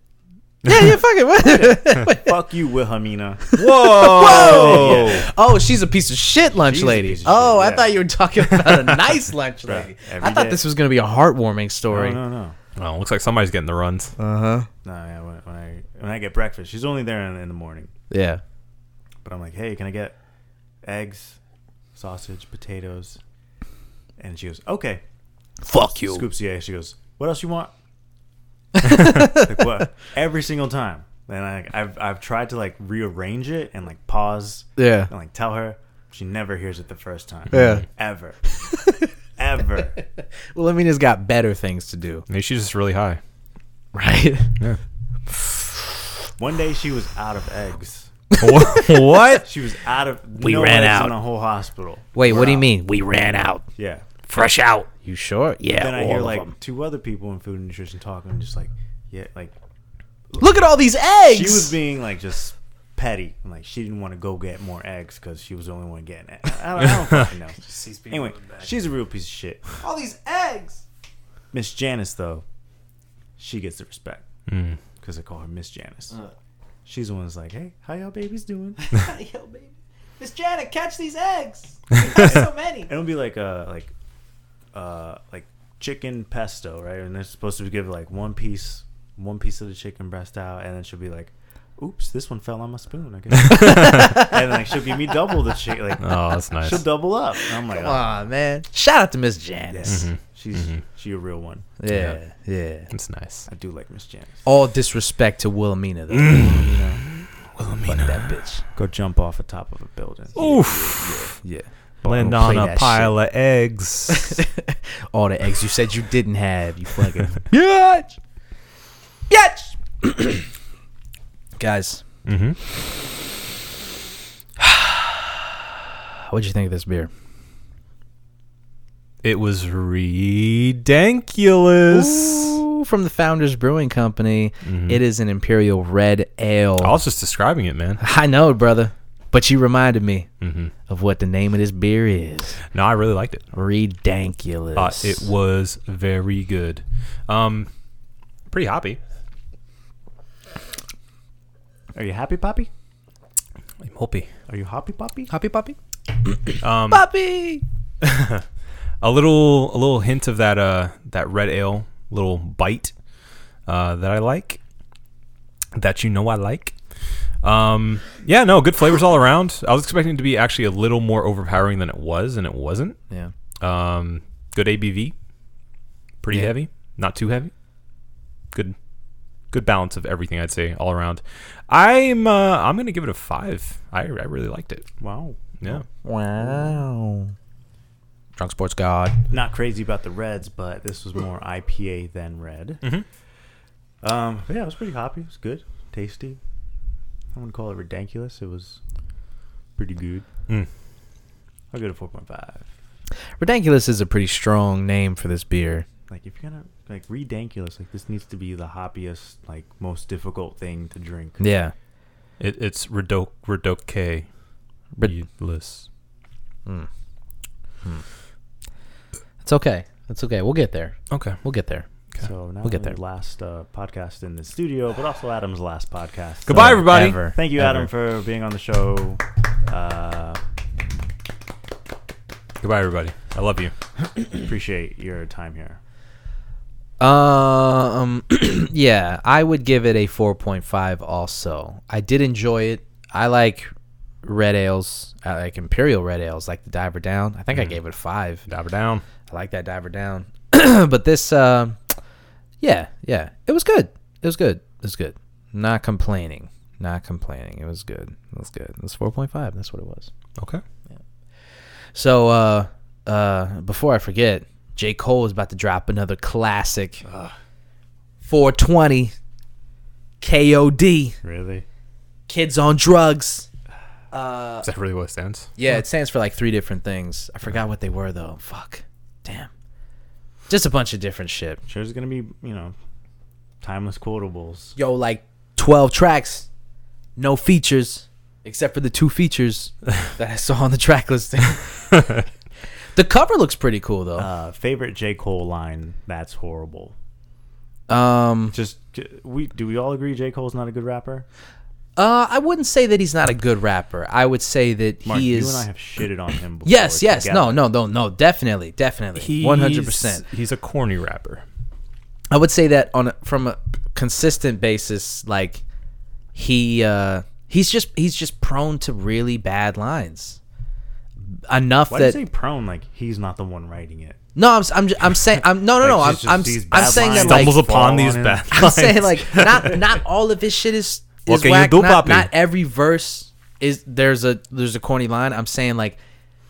Speaker 1: yeah, you fucking what?"
Speaker 3: Fuck you, Wilhelmina.
Speaker 2: Whoa.
Speaker 1: oh, she's a piece of shit lunch
Speaker 3: She's a
Speaker 1: lady.
Speaker 3: piece of
Speaker 1: Oh,
Speaker 3: shit,
Speaker 1: I
Speaker 3: yeah.
Speaker 1: thought you were talking about a nice lunch
Speaker 3: Bruh,
Speaker 1: lady.
Speaker 3: every
Speaker 1: I thought
Speaker 3: day.
Speaker 1: this was gonna be a heartwarming story.
Speaker 3: No, no, no.
Speaker 2: oh, looks like somebody's getting the runs.
Speaker 1: Uh huh.
Speaker 3: No, yeah, when, when I when I get breakfast, she's only there in, in the morning.
Speaker 1: Yeah.
Speaker 3: But I'm like, hey, can I get eggs, sausage, potatoes? And she goes, okay.
Speaker 1: Fuck you.
Speaker 3: Scoops the egg. She goes, what else you want? like what? Every single time. And I, I've I've tried to like rearrange it and like pause
Speaker 1: Yeah.
Speaker 3: and like tell her. She never hears it the first time.
Speaker 1: Yeah.
Speaker 3: Ever. Ever.
Speaker 1: Well, I mean, it's got better things to do,
Speaker 2: Maybe she's just really high.
Speaker 1: right?
Speaker 3: One day she was out of eggs.
Speaker 2: what?
Speaker 3: She was out of.
Speaker 1: We
Speaker 3: no
Speaker 1: ran
Speaker 3: eggs
Speaker 1: out.
Speaker 3: in the whole hospital.
Speaker 1: Wait, what do you mean? We ran out.
Speaker 3: Yeah.
Speaker 1: Fresh out. You sure? Yeah.
Speaker 3: then I
Speaker 1: all
Speaker 3: hear
Speaker 1: of
Speaker 3: like
Speaker 1: them.
Speaker 3: two other people in food and nutrition talking, and just like, yeah, like
Speaker 1: look at all these eggs.
Speaker 3: she was being like just petty. and, like she didn't want to go get more eggs because she was the only one getting it. I don't, I don't fucking know. anyway, she's a real piece of shit.
Speaker 1: all these eggs.
Speaker 3: Miss Janice though, she gets the respect
Speaker 1: Hmm.
Speaker 3: because I call her Miss Janice. She's the one that's like, hey, how y'all babies doing?
Speaker 1: Yo, baby. Miss Janet, catch these eggs. We have so many.
Speaker 3: It'll be like uh like uh like chicken pesto, right? And they're supposed to give like one piece one piece of the chicken breast out and then she'll be like, oops, this one fell on my spoon. I guess. and like she'll give me double the shit. Like
Speaker 2: Oh, that's nice.
Speaker 3: she'll double up. And I'm like,
Speaker 1: Come
Speaker 3: oh,
Speaker 1: on, Mm-hmm. man. Shout out to Miss Janice.
Speaker 3: yes, she's she a real one.
Speaker 1: Yeah, yeah.
Speaker 2: That's nice.
Speaker 3: I do like Miss Janice.
Speaker 1: All disrespect to Wilhelmina, though.
Speaker 3: Mm.
Speaker 1: you know, fuck
Speaker 2: Wilhelmina.
Speaker 1: that bitch.
Speaker 3: Go jump off the top of a building.
Speaker 2: Oof.
Speaker 1: Yeah.
Speaker 2: Land
Speaker 1: Don't
Speaker 2: on
Speaker 1: play
Speaker 2: a
Speaker 1: that
Speaker 2: pile of eggs.
Speaker 1: All the eggs you said you didn't have, you fucking bitch. Bitch. Guys,
Speaker 2: mm-hmm.
Speaker 1: what'd you think of this beer?
Speaker 2: It was ridiculous.
Speaker 1: Ooh, from the Founders Brewing Company. It is an Imperial Red Ale.
Speaker 2: I was just describing it, man.
Speaker 1: I know, brother. But you reminded me
Speaker 2: Mm-hmm.
Speaker 1: of what the name of this beer is.
Speaker 2: No, I really liked it.
Speaker 1: Ridiculous.
Speaker 2: Uh, it was very good. Um, pretty hoppy.
Speaker 3: Are you happy, Poppy?
Speaker 2: I'm hoppy.
Speaker 3: Are you happy, Poppy?
Speaker 1: Hoppy Poppy?
Speaker 2: Um,
Speaker 1: Poppy!
Speaker 2: a little, a little hint of that, uh, that red ale, little bite, uh, that I like. That you know I like. Um, yeah, no, good flavors all around. I was expecting it to be actually a little more overpowering than it was, and it wasn't.
Speaker 1: Yeah.
Speaker 2: Um, good ABV, pretty
Speaker 1: Yeah.
Speaker 2: heavy, not too heavy. Good, good balance of everything. I'd say all around. I'm uh, I'm gonna give it a five. I, I really liked it.
Speaker 3: Wow.
Speaker 2: Yeah,
Speaker 1: Wow. Drunk Sports God.
Speaker 3: Not crazy about the reds, but this was more IPA than red.
Speaker 2: Mhm.
Speaker 3: Um, but yeah, it was pretty hoppy. It was good, tasty. I wouldn't call it ridiculous. It was pretty good.
Speaker 2: Mm.
Speaker 3: I'll go to four point five.
Speaker 1: Ridiculous is a pretty strong name for this beer.
Speaker 3: Like if you're gonna like ridiculous, like this needs to be the hoppiest, like most difficult thing to drink.
Speaker 1: Yeah.
Speaker 2: it, it's redoke redoke
Speaker 1: Rid-
Speaker 2: less.
Speaker 1: Hmm. It's okay. It's okay. We'll get there.
Speaker 2: Okay,
Speaker 1: We'll get there.
Speaker 3: So now
Speaker 1: We'll get there.
Speaker 3: Last uh, podcast in the studio, but also Adam's last podcast.
Speaker 2: Goodbye,
Speaker 3: So,
Speaker 2: everybody.
Speaker 1: Uh, Ever.
Speaker 3: Thank you,
Speaker 1: Ever.
Speaker 3: Adam, for being on the show. Uh,
Speaker 2: goodbye everybody. I love you.
Speaker 3: appreciate your time here.
Speaker 1: Um, yeah, I would give it a 4.5 also. I did enjoy it. I like red ales. I like imperial red ales, like the Diver Down. I think I gave it a 5.
Speaker 2: Diver down.
Speaker 1: I like that Diver Down. but this, uh, yeah, yeah. It was good. It was good. It was good. Not complaining. Not complaining. It was good. It was good. It was 4.5. That's what it was.
Speaker 2: Okay.
Speaker 1: So uh uh before I forget, J. Cole is about to drop another classic 420 KOD
Speaker 3: Really?
Speaker 1: Kids on Drugs. Uh,
Speaker 2: Is that really what it stands?
Speaker 1: Yeah, it stands for like three different things. I forgot what they were though. Fuck. Damn. Just a bunch of different shit.
Speaker 3: Sure, there's gonna be you know timeless quotables.
Speaker 1: Yo, like 12 tracks, no features except for the two features that I saw on the track listing. the cover looks pretty cool though.
Speaker 3: Uh, favorite J Cole line? That's horrible.
Speaker 1: um
Speaker 3: Just j- we do we all agree J Cole's not a good rapper?
Speaker 1: Uh, I wouldn't say that he's not a good rapper. I would say that
Speaker 3: Mark,
Speaker 1: he
Speaker 3: you
Speaker 1: is.
Speaker 3: and I have shitted on him. Before
Speaker 1: yes, yes, no,
Speaker 3: together.
Speaker 1: no, no, no, definitely, definitely, one hundred percent.
Speaker 2: He's a corny rapper.
Speaker 1: I would say that on a, from a consistent basis, like he uh, he's just he's just prone to really bad lines. Enough
Speaker 3: Why do you
Speaker 1: that
Speaker 3: say prone? Like he's not the one writing it.
Speaker 1: no, I'm s- I'm j- I'm saying I'm no no no
Speaker 3: Like,
Speaker 1: I'm
Speaker 3: just-
Speaker 1: I'm,
Speaker 3: just these
Speaker 1: s- I'm
Speaker 3: bad
Speaker 1: saying
Speaker 3: lines.
Speaker 1: that like,
Speaker 2: Stumbles upon
Speaker 3: fall
Speaker 2: these
Speaker 3: on
Speaker 2: bad
Speaker 1: I'm
Speaker 2: lines.
Speaker 1: saying like not not all of his shit is
Speaker 2: What
Speaker 1: is
Speaker 2: can you
Speaker 1: whack.
Speaker 2: do,
Speaker 1: not,
Speaker 2: papi?
Speaker 1: not every verse is there's a there's a corny line. I'm saying like,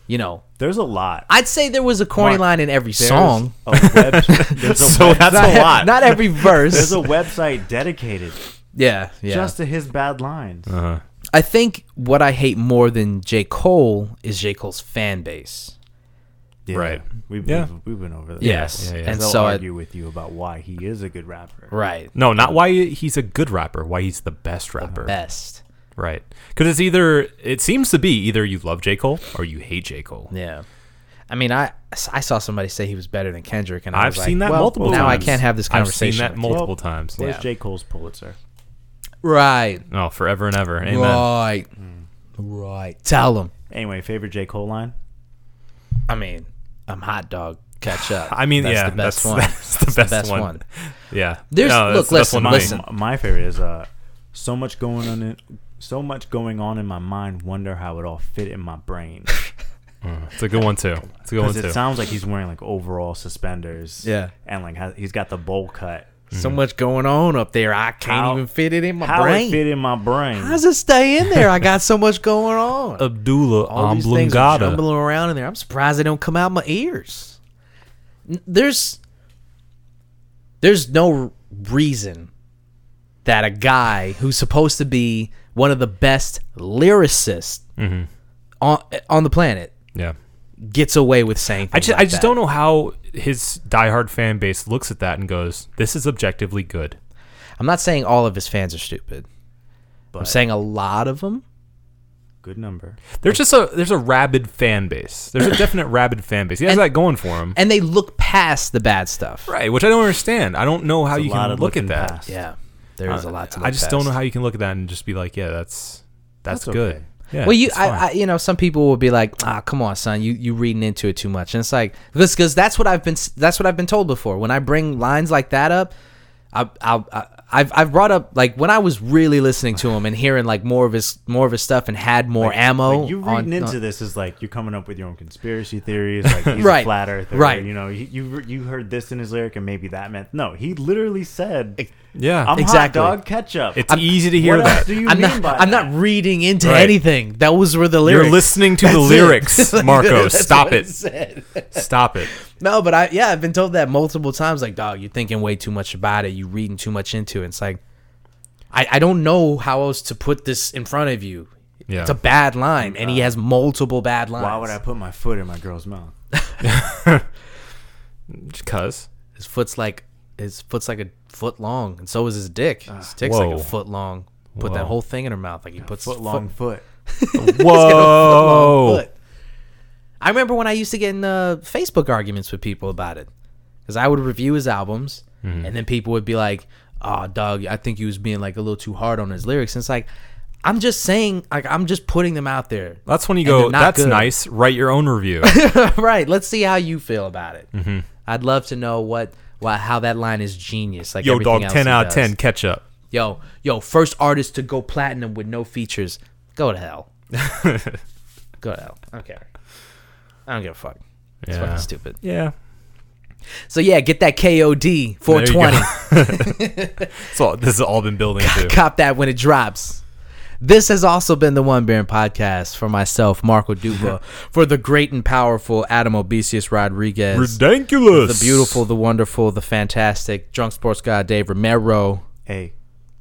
Speaker 1: you know,
Speaker 3: There's a lot.
Speaker 1: I'd say there was a corny
Speaker 3: Mark,
Speaker 1: line in every
Speaker 3: There's
Speaker 1: song.
Speaker 3: A web, there's a
Speaker 2: So
Speaker 3: web-
Speaker 2: that's
Speaker 1: not,
Speaker 2: a lot.
Speaker 1: Not every
Speaker 3: there's
Speaker 1: verse.
Speaker 3: a website dedicated
Speaker 1: yeah, yeah. Uh,
Speaker 3: just to his bad lines.
Speaker 2: uh-huh.
Speaker 1: I think what I hate more than J. Cole is J. Cole's fan base.
Speaker 3: Yeah.
Speaker 2: Right.
Speaker 3: We've,
Speaker 2: Yeah.
Speaker 3: we've we've been over this.
Speaker 1: Yes.
Speaker 2: Yeah, yeah.
Speaker 1: And
Speaker 3: They'll
Speaker 1: so I,
Speaker 3: argue with you about why he is a good rapper.
Speaker 1: right,
Speaker 2: No, not why he's a good rapper. Why he's the best rapper.
Speaker 1: best.
Speaker 2: Right. Because it's either, it seems to be either you love J. Cole or you hate J. Cole.
Speaker 1: Yeah. I mean, I I saw somebody say he was better than Kendrick, and I
Speaker 2: I've
Speaker 1: was
Speaker 2: seen
Speaker 1: like,
Speaker 2: that
Speaker 1: well,
Speaker 2: multiple
Speaker 1: now
Speaker 2: times.
Speaker 1: I can't have this conversation.
Speaker 2: I've seen that
Speaker 1: with you.
Speaker 2: multiple
Speaker 3: Well,
Speaker 2: times.
Speaker 3: Where's
Speaker 1: Yeah.
Speaker 3: J Cole's Pulitzer?
Speaker 1: right,
Speaker 2: Oh, forever and ever. Amen.
Speaker 1: right, right. Tell him.
Speaker 3: Anyway, favorite J Cole line.
Speaker 1: I mean, I'm hot dog. Catch up.
Speaker 2: I mean,
Speaker 1: that's
Speaker 2: yeah,
Speaker 1: the best
Speaker 2: that's,
Speaker 1: one.
Speaker 2: that's the best,
Speaker 1: best
Speaker 2: one. Mm-hmm.
Speaker 1: one.
Speaker 2: Yeah.
Speaker 1: There's-
Speaker 2: No, that's
Speaker 1: look,
Speaker 2: the best
Speaker 1: listen,
Speaker 2: one to me.
Speaker 1: listen.
Speaker 3: M- my favorite is uh, So much going on in so much going on in my mind. Wonder how it all fit in my brain.
Speaker 2: It's a good one too. It's a good one
Speaker 3: Because
Speaker 2: too.
Speaker 3: it sounds like he's wearing like overall suspenders.
Speaker 1: Yeah.
Speaker 3: and like has, he's got the bowl cut.
Speaker 1: So much going on up there. I can't
Speaker 3: How-
Speaker 1: even fit it in my
Speaker 3: How
Speaker 1: brain.
Speaker 3: it fit in my brain?
Speaker 1: How does it stay in there? I got so much going on.
Speaker 2: Abdullah
Speaker 1: All these things are jumbling around in there. I'm surprised they don't come out my ears. N- There's there's no reason that a guy who's supposed to be one of the best lyricists
Speaker 2: Mm-hmm.
Speaker 1: on eh, on the planet
Speaker 2: Yeah.
Speaker 1: gets away with saying things
Speaker 2: I just
Speaker 1: like
Speaker 2: I just
Speaker 1: that.
Speaker 2: don't know how his diehard fan base looks at that and goes, "This is objectively good."
Speaker 1: I'm not saying all of his fans are stupid. I'm
Speaker 3: But-
Speaker 1: saying a lot of them.
Speaker 3: Good number.
Speaker 2: There's just a there's a rabid fan base. There's a definite rabid fan base. He has
Speaker 1: And-
Speaker 2: that going for him,
Speaker 1: And they look past the bad stuff.
Speaker 2: right? Which I don't understand. I don't know how
Speaker 3: It's
Speaker 2: you
Speaker 3: a lot
Speaker 2: can
Speaker 3: of
Speaker 2: look at
Speaker 3: looking
Speaker 2: that.
Speaker 3: past.
Speaker 1: Yeah. There's a lot to look
Speaker 2: Uh, I just don't
Speaker 1: past.
Speaker 2: know how you can look at that and just be like, "Yeah, that's that's,
Speaker 3: That's
Speaker 2: good."
Speaker 3: okay.
Speaker 2: Yeah,
Speaker 1: well, you,
Speaker 2: it's fine.
Speaker 1: I, I, you know, some people will be like, "Ah, come on, son, you you reading into it too much." And it's like, because that's what I've been that's what I've been told before. When I bring lines like that up, I, I, I I've I've brought up like when I was really listening to him and hearing like more of his more of his stuff and had more ammo.
Speaker 3: Like, you
Speaker 1: Oh, on-
Speaker 3: reading
Speaker 1: on-
Speaker 3: into this is like you're coming up with your own conspiracy theories, like he's
Speaker 1: Right.
Speaker 3: a flat earther,
Speaker 1: Right.
Speaker 3: You know, you, you you heard this in his lyric, and maybe that meant no. He literally said,
Speaker 2: yeah,
Speaker 3: "I'm
Speaker 1: Exactly.
Speaker 3: hot dog ketchup."
Speaker 2: it's easy to hear
Speaker 3: what
Speaker 2: that.
Speaker 3: else do you
Speaker 1: I'm
Speaker 3: mean
Speaker 1: not.
Speaker 3: by
Speaker 1: I'm
Speaker 3: that?
Speaker 1: not reading into
Speaker 2: Right.
Speaker 1: anything. Those were the lyrics.
Speaker 2: You're listening to the
Speaker 1: That's it.
Speaker 2: lyrics, Marco.
Speaker 1: That's
Speaker 2: Stop
Speaker 1: what
Speaker 2: it.
Speaker 1: said.
Speaker 2: Stop it.
Speaker 1: No, but I yeah, I've been told that multiple times. Like, dog, you're thinking way too much about it. You reading too much into it. It's like, I I don't know how else to put this in front of you.
Speaker 2: Yeah.
Speaker 1: It's a bad line, and he has multiple bad lines.
Speaker 3: Why would I put my foot in my girl's mouth?
Speaker 2: Because
Speaker 1: His foot's like his foot's like a foot long, and so is his dick.
Speaker 3: Ah.
Speaker 1: His dick's like
Speaker 2: Whoa.
Speaker 1: a foot long. Put
Speaker 2: Whoa.
Speaker 1: that whole thing in her mouth, like he puts
Speaker 3: Foot
Speaker 1: his
Speaker 3: long
Speaker 1: foot-
Speaker 3: foot.
Speaker 2: whoa, Oh.
Speaker 1: foot. I remember when I used to get in uh, Facebook arguments with people about it, because I would review his albums,
Speaker 2: Mm-hmm.
Speaker 1: and then people would be like, "Oh, dog, I think you was being like a little too hard on his lyrics." And it's like, I'm just saying, like I'm just putting them out there,
Speaker 2: that's when you
Speaker 1: And they're
Speaker 2: go.
Speaker 1: not
Speaker 2: That's
Speaker 1: good."
Speaker 2: nice. Write your own review.
Speaker 1: right? Let's see how you feel about it.
Speaker 2: Mm-hmm.
Speaker 1: I'd love to know what, what, how that line is genius. Like
Speaker 2: Yo,
Speaker 1: everything
Speaker 2: dog,
Speaker 1: else
Speaker 2: ten
Speaker 1: he
Speaker 2: out of
Speaker 1: does.
Speaker 2: ten. Catch up.
Speaker 1: Yo, yo, first artist to go platinum with no features. Go to hell. go to hell. I don't care. I don't give a fuck. It's
Speaker 2: Yeah.
Speaker 1: fucking stupid.
Speaker 2: Yeah.
Speaker 1: So yeah, get that KOD 420.
Speaker 2: So this has all been building to.
Speaker 1: Cop that when it drops. This has also been the One Baron podcast for myself, Marco Duva, for the great and powerful Adam Obesius Rodriguez, the
Speaker 2: Ridiculous.
Speaker 1: beautiful, the wonderful, the fantastic drunk sports guy Dave Romero.
Speaker 3: Hey,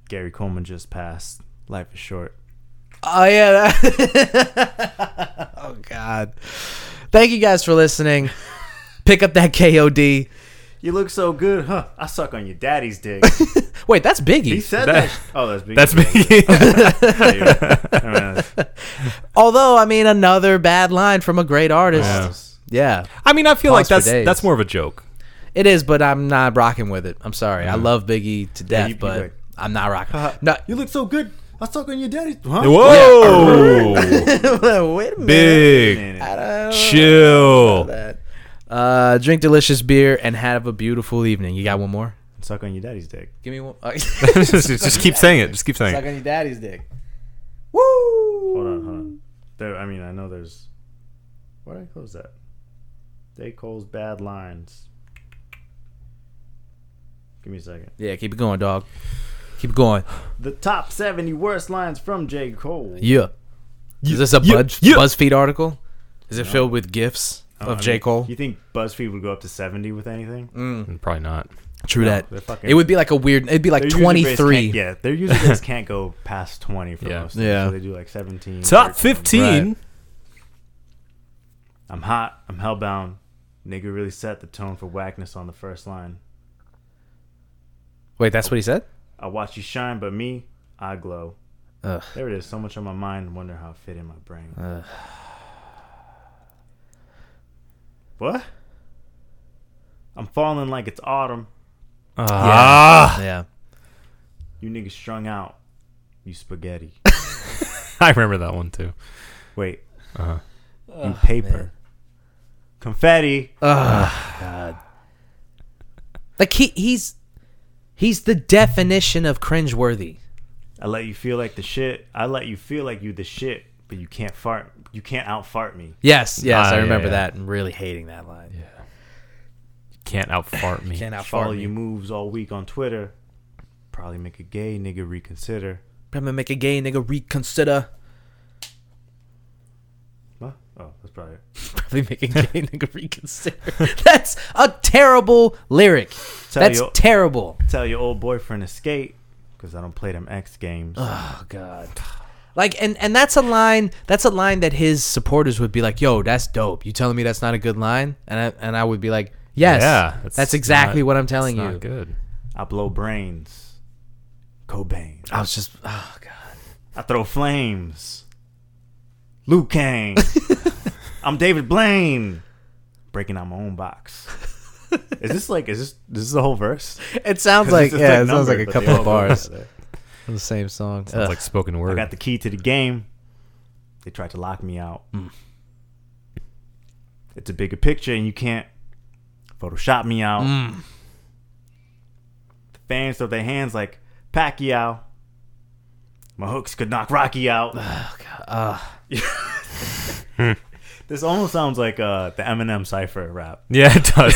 Speaker 3: Gary Coleman just passed. Life is short.
Speaker 1: Oh yeah. that- oh God. Thank you guys for listening. Pick up that KOD.
Speaker 3: You look so good, huh? I suck on your daddy's dick.
Speaker 1: Wait, that's Biggie.
Speaker 3: He said
Speaker 2: That-
Speaker 3: that. Oh, that's big.
Speaker 2: That's me.
Speaker 1: Although, I mean, another bad line from a great artist. yeah.
Speaker 2: I mean, I feel like
Speaker 1: Pause for
Speaker 2: that's
Speaker 1: days.
Speaker 2: that's more of a joke.
Speaker 1: It is, but I'm not rocking with it. I'm sorry. I love Biggie to death,
Speaker 3: Mm-hmm. you- you
Speaker 1: but
Speaker 3: like-
Speaker 1: I'm not rocking. no,
Speaker 3: You look so good. I suck on your daddy's. Huh?
Speaker 2: Whoa,
Speaker 1: wait a minute.
Speaker 2: big chill.
Speaker 1: Uh, drink delicious beer and have a beautiful evening. You got one more?
Speaker 3: Suck on your daddy's dick.
Speaker 1: Give me one. Uh,
Speaker 2: just, just keep saying it. Just keep saying
Speaker 1: suck
Speaker 2: it.
Speaker 1: on your daddy's dick. Woo!
Speaker 3: Hold on, hold on. There, I mean, I know there's. Why did I close that? They Cole's bad lines. Give me a second.
Speaker 1: Yeah, keep it going, dog. Keep it going.
Speaker 3: The top 70 worst lines from J. Cole.
Speaker 1: Yeah. Is this a
Speaker 2: yeah,
Speaker 1: Buzz,
Speaker 2: yeah.
Speaker 1: BuzzFeed article? Is it filled with gifs of
Speaker 3: I
Speaker 1: J.
Speaker 3: mean,
Speaker 1: Cole?
Speaker 3: Uh, You think BuzzFeed would go up to 70 with anything?
Speaker 2: Mm, Probably not.
Speaker 1: True that.
Speaker 3: they're fucking-
Speaker 1: It would be like a weird. It'd be like
Speaker 3: Their user base
Speaker 1: 23.
Speaker 3: can't- Yeah, their user base can't go past 20 for
Speaker 2: Yeah.
Speaker 3: most things.
Speaker 1: Yeah.
Speaker 3: So they do like 17.
Speaker 2: Top
Speaker 3: 13.
Speaker 2: fifteen.
Speaker 1: Right.
Speaker 3: I'm hot. I'm hellbound. Nigga really set the tone for whackness on the first line.
Speaker 1: Wait, that's what he said?
Speaker 3: I watch you shine, but me, I glow.
Speaker 1: Ugh.
Speaker 3: There it is. So much on my mind. Wonder how it fit in my brain. What? I'm falling like it's autumn.
Speaker 2: Ah,
Speaker 1: Yeah.
Speaker 3: You niggas strung out. You spaghetti.
Speaker 2: I remember that one too.
Speaker 3: Wait. Uh-huh. You paper. Confetti.
Speaker 1: Like he he's he's the definition of cringeworthy.
Speaker 3: I let you feel like the shit. I let you feel like you the shit, but you can't fart. You can't out fart me.
Speaker 1: Yes, yes,
Speaker 2: Ah,
Speaker 1: I
Speaker 2: yeah,
Speaker 1: remember
Speaker 2: yeah.
Speaker 1: that and really hating that line.
Speaker 2: Can't outfart me.
Speaker 1: Can't
Speaker 3: Follow
Speaker 1: outfart
Speaker 3: you
Speaker 1: you.
Speaker 3: moves all week on Twitter. Probably make a gay nigga reconsider.
Speaker 1: I'm gonna make a gay nigga reconsider.
Speaker 3: What? Oh, that's probably it.
Speaker 1: Probably make a gay nigga reconsider. That's a terrible lyric.
Speaker 3: Tell
Speaker 1: That's
Speaker 3: you-
Speaker 1: terrible.
Speaker 3: Tell your old boyfriend to skate, because I don't play them X games.
Speaker 1: Oh god. Like and and that's a line that's a line that his supporters would be like, "Yo, that's dope. You telling me that's not a good line?" And I and I would be like, "Yes.
Speaker 2: Yeah,
Speaker 1: that's,
Speaker 2: it's
Speaker 1: exactly
Speaker 2: not-
Speaker 1: what I'm telling
Speaker 2: It's
Speaker 1: you."
Speaker 2: not good.
Speaker 3: I blow brains. Cobain.
Speaker 1: I was just oh god.
Speaker 3: I throw flames. Luke Kang. I'm David Blaine. Breaking out my own box. Is this like is this this is the whole verse?
Speaker 1: It sounds
Speaker 3: 'Cause
Speaker 1: like
Speaker 3: it's just
Speaker 1: yeah,
Speaker 3: a
Speaker 1: it sounds
Speaker 3: number,
Speaker 1: like a
Speaker 3: but
Speaker 1: couple
Speaker 3: they
Speaker 1: of
Speaker 3: all go
Speaker 1: bars
Speaker 3: together.
Speaker 1: from the same song.
Speaker 2: Sounds
Speaker 1: Ugh.
Speaker 2: like spoken word.
Speaker 3: I got the key to the game. They tried to lock me out.
Speaker 1: Hmm.
Speaker 3: It's a bigger picture, and you can't Photoshop me out.
Speaker 1: Hmm.
Speaker 3: The fans throw their hands like Pacquiao. My hooks could knock Rocky out. this almost sounds like uh, the Eminem cipher rap.
Speaker 2: yeah, it does.